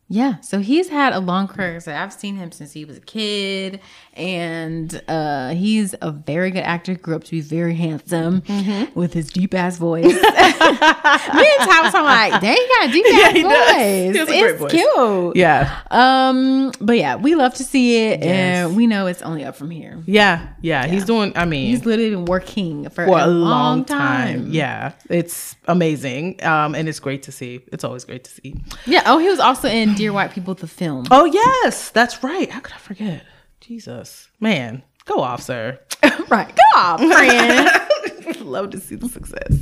B: yeah, so he's had a long career. So I've seen him since he was a kid, and uh, he's a very good actor. Grew up to be very handsome
A: Mm-hmm.
B: with his deep ass voice. Me and Ty was talking like, dang, he got a deep ass
A: he does.
B: voice.
A: He has a great
B: it's
A: voice.
B: cute.
A: yeah,
B: Um, but yeah, we love to see it,
A: Yes.
B: and we know it's only up from here.
A: yeah, yeah, He's doing. I mean,
B: He's literally been working for,
A: for a long time.
B: Yeah.
A: Yeah, it's amazing, um, and it's great to see. It's always great to see.
B: yeah. Oh, he was also in Dear White People, the film.
A: Oh yes, that's right. How could I forget? Jesus, man, go off, sir.
B: Oh, Right. Go off, friend.
A: Love to see the success.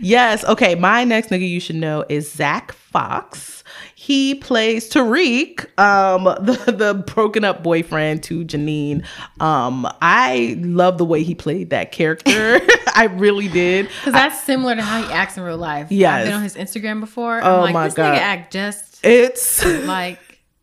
A: Yes. Okay. My next nigga you should know is Zach Fox. He plays Tariq, um, the, the broken up boyfriend to Janine. Um, I love the way he played that character. I really did.
B: Because that's similar to how he acts in real life. I've
A: Yes.
B: been on his Instagram before.
A: Oh
B: I'm like,
A: my
B: this
A: God.
B: nigga act just
A: It's
B: like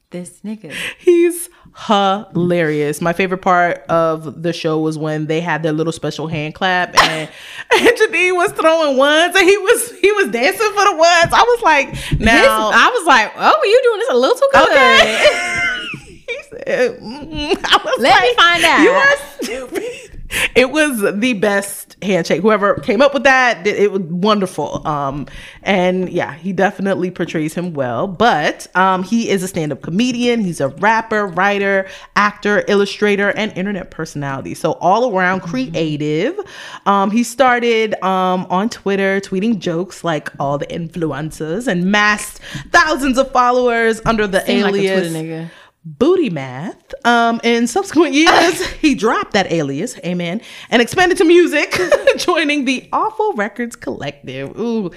B: this nigga.
A: He's hilarious. My favorite part of the show was when they had their little special hand clap and, and Janine was throwing ones and he was he was dancing for the ones. I was like,
B: His-
A: now
B: I was like, oh, you doing this a little too good.
A: okay. he said, mm, I was
B: Let me
A: like,
B: find out.
A: You are stupid. it was the best handshake. Whoever came up with that, did- it was wonderful. Um, and yeah, he definitely portrays him well. But um, he is a stand-up comedian. He's a rapper, writer, actor, illustrator, and internet personality. So all around
B: Mm-hmm.
A: creative. Um, he started um, on Twitter tweeting jokes like all the influencers and massed thousands of followers under the
B: Seem like a
A: alias
B: Twitter nigga.
A: booty math. Um, in subsequent years, he dropped that alias, amen, and expanded to music, joining the Awful Records Collective. Ooh,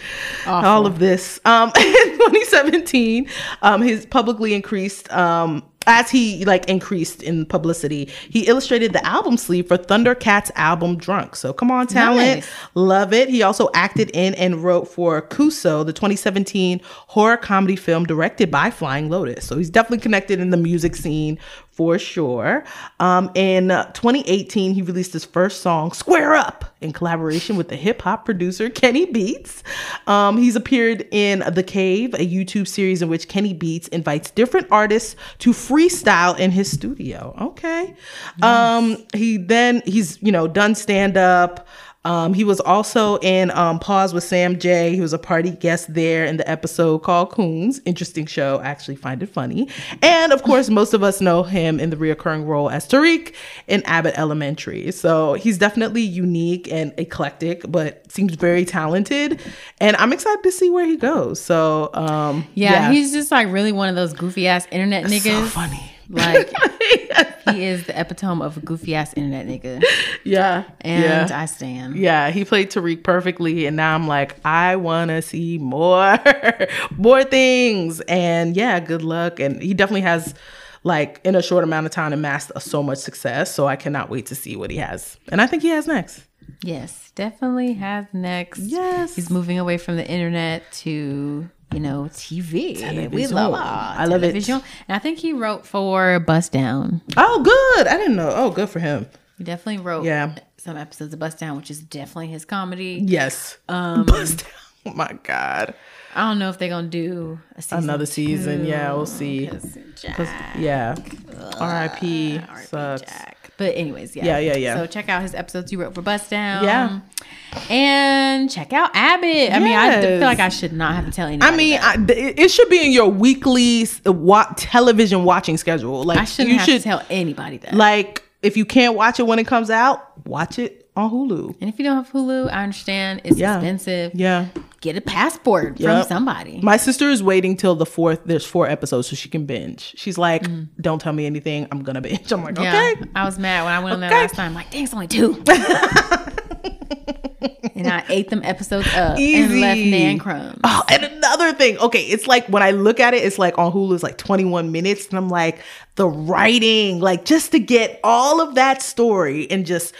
A: all of this. Um, in 2017, um, his publicly increased. Um, as he like increased in publicity, he illustrated the album sleeve for Thundercats album Drunk. So come on, talent.
B: Nice.
A: Love it. He also acted in and wrote for Cuso, the 2017 horror comedy film directed by Flying Lotus. So he's definitely connected in the music scene for sure. Um, in uh, 2018, he released his first song, Square Up, in collaboration with the hip hop producer Kenny Beats. Um, he's appeared in The Cave, a YouTube series in which Kenny Beats invites different artists to freestyle in his studio. Okay. Um, he then, he's, you know, done stand up. Um, he was also in um, Pause with Sam J. He was a party guest there in the episode called Coons. Interesting show. I actually find it funny. And of course, most of us know him in the reoccurring role as Tariq in Abbott Elementary. So he's definitely unique and eclectic, but seems very talented. And I'm excited to see where he goes. So um,
B: Yeah, he's just like really one of those goofy ass internet
A: so
B: niggas.
A: funny.
B: Like he is the epitome of a goofy ass internet nigga,
A: Yeah.
B: and
A: yeah.
B: I stand.
A: Yeah, he played Tariq perfectly, and now I'm like, I want to see more, more things. And yeah, good luck. And he definitely has, like, in a short amount of time, amassed so much success. So I cannot wait to see what he has, and I think he has next.
B: Yes, definitely has next.
A: Yes.
B: he's moving away from the internet to you know TV. We
A: Television.
B: love,
A: I love it.
B: television. And I think he wrote for Bust Down.
A: Oh, good. I didn't know. Oh, good for him.
B: He definitely wrote
A: Yeah.
B: some episodes of Bust Down, which is definitely his comedy.
A: Yes.
B: Um,
A: Bust down. Oh my God.
B: I don't know if they're gonna do a season
A: Another season. Yeah, we'll see.
B: Jack,
A: Yeah.
B: Uh,
A: R.I.P. Sucks.
B: Jack. But anyways, yeah,
A: Yeah, yeah, yeah.
B: So check out his episodes you wrote for Bust Down.
A: Yeah.
B: and check out Abbott. I mean, I d-
A: Yes.
B: feel like I should not have to tell anybody.
A: I mean, I, th- it should be in your weekly s- wa- television watching schedule. Like
B: I shouldn't
A: you
B: have
A: should
B: to tell anybody that.
A: like if you can't watch it when it comes out, watch it on Hulu.
B: and if you don't have Hulu, I understand it's
A: Yeah.
B: expensive.
A: Yeah.
B: Get a passport
A: Yep.
B: from somebody.
A: My sister is waiting till the fourth. There's four episodes so she can binge. She's like, "Don't tell me anything. I'm gonna binge." I'm like,
B: Mm. Yeah,
A: "Okay."
B: I was mad when I went on there
A: Okay.
B: last time. Like, dang, it's only two. and I ate them episodes up and left
A: Easy.
B: man crumbs.
A: Oh, and another thing. Okay, it's like when I look at it, it's like on Hulu, it's like 21 minutes, and I'm like, the writing, like just to get all of that story in just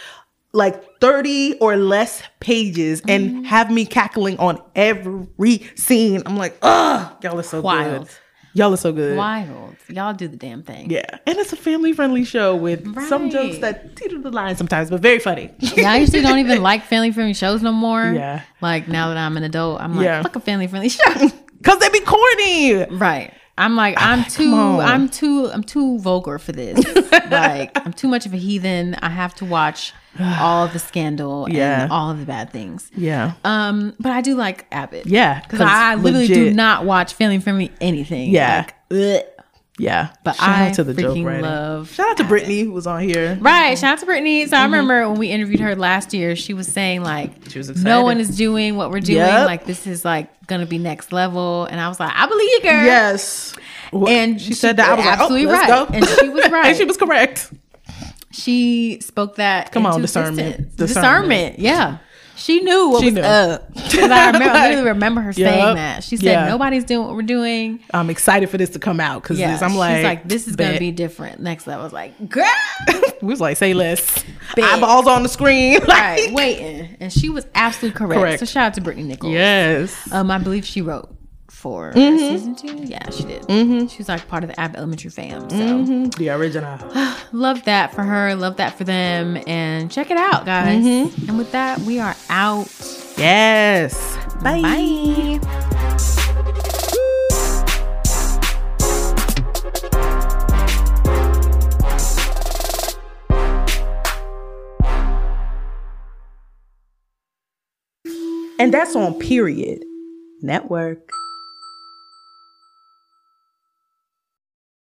A: like 30 or less pages
B: Mm-hmm.
A: and have me cackling on every scene. I'm like, ugh, y'all are so
B: Wild.
A: good. Y'all are so good.
B: Wild. Y'all do the damn thing.
A: Yeah. And it's a family friendly show with some
B: Right.
A: jokes that teeter the line sometimes, but very funny.
B: Yeah, I usually don't even like family friendly shows no more.
A: Yeah.
B: Like now that I'm an adult, I'm like,
A: Yeah.
B: fuck a family friendly show.
A: Cause they be corny.
B: right. I'm like, I'm too
A: Ah, on.
B: I'm too I'm too vulgar for this. like I'm too much of a heathen. I have to watch all of the scandal
A: Yeah.
B: and all of the bad things.
A: Yeah.
B: Um, but I do like Abbott.
A: Yeah,
B: Because I literally do
A: legit.
B: not watch family friendly anything.
A: Yeah.
B: Like, ugh.
A: Yeah.
B: But
A: Shout
B: I
A: out to the joke
B: freaking
A: writing.
B: love
A: Shout out to Brittany who was on here.
B: Right. Shout out to Brittany. So I remember when we interviewed her last year, she was saying like
A: She was
B: no
A: excited.
B: one is doing what we're doing.
A: Yep.
B: Like this is like gonna be next level. And I was like, I believe you, girl.
A: Yes.
B: And
A: she, said that I was
B: absolutely
A: like, oh, let's
B: right.
A: go.
B: And she was right.
A: and she was correct.
B: She spoke that.
A: Come on,
B: into
A: discernment.
B: existence.
A: Discernment.
B: Discernment. Yeah. She knew what
A: She
B: was
A: knew.
B: up. 'Cause I, remember, I literally
A: Like,
B: remember her
A: yep.
B: saying that. She said,
A: Yeah.
B: nobody's doing what we're doing.
A: I'm excited for this to come out because
B: Yeah.
A: I'm like,
B: She's like, this is going to
A: bet.
B: be different. Next level. I was like, girl.
A: we was like, say less.
B: Bet.
A: Eyeballs on the screen. Like,
B: right. Waiting. And she was absolutely correct.
A: Correct.
B: So shout out to Brittany Nichols.
A: Yes. Mm-hmm.
B: Um, I believe she wrote for season two. Yeah, she did. She was like part of the Abbott Elementary fam. So
A: The original.
B: love that for her. Love that for them. And check it out, guys.
A: Mm-hmm.
B: And with that, we are out.
A: Yes.
B: Bye.
A: And that's on Period Network.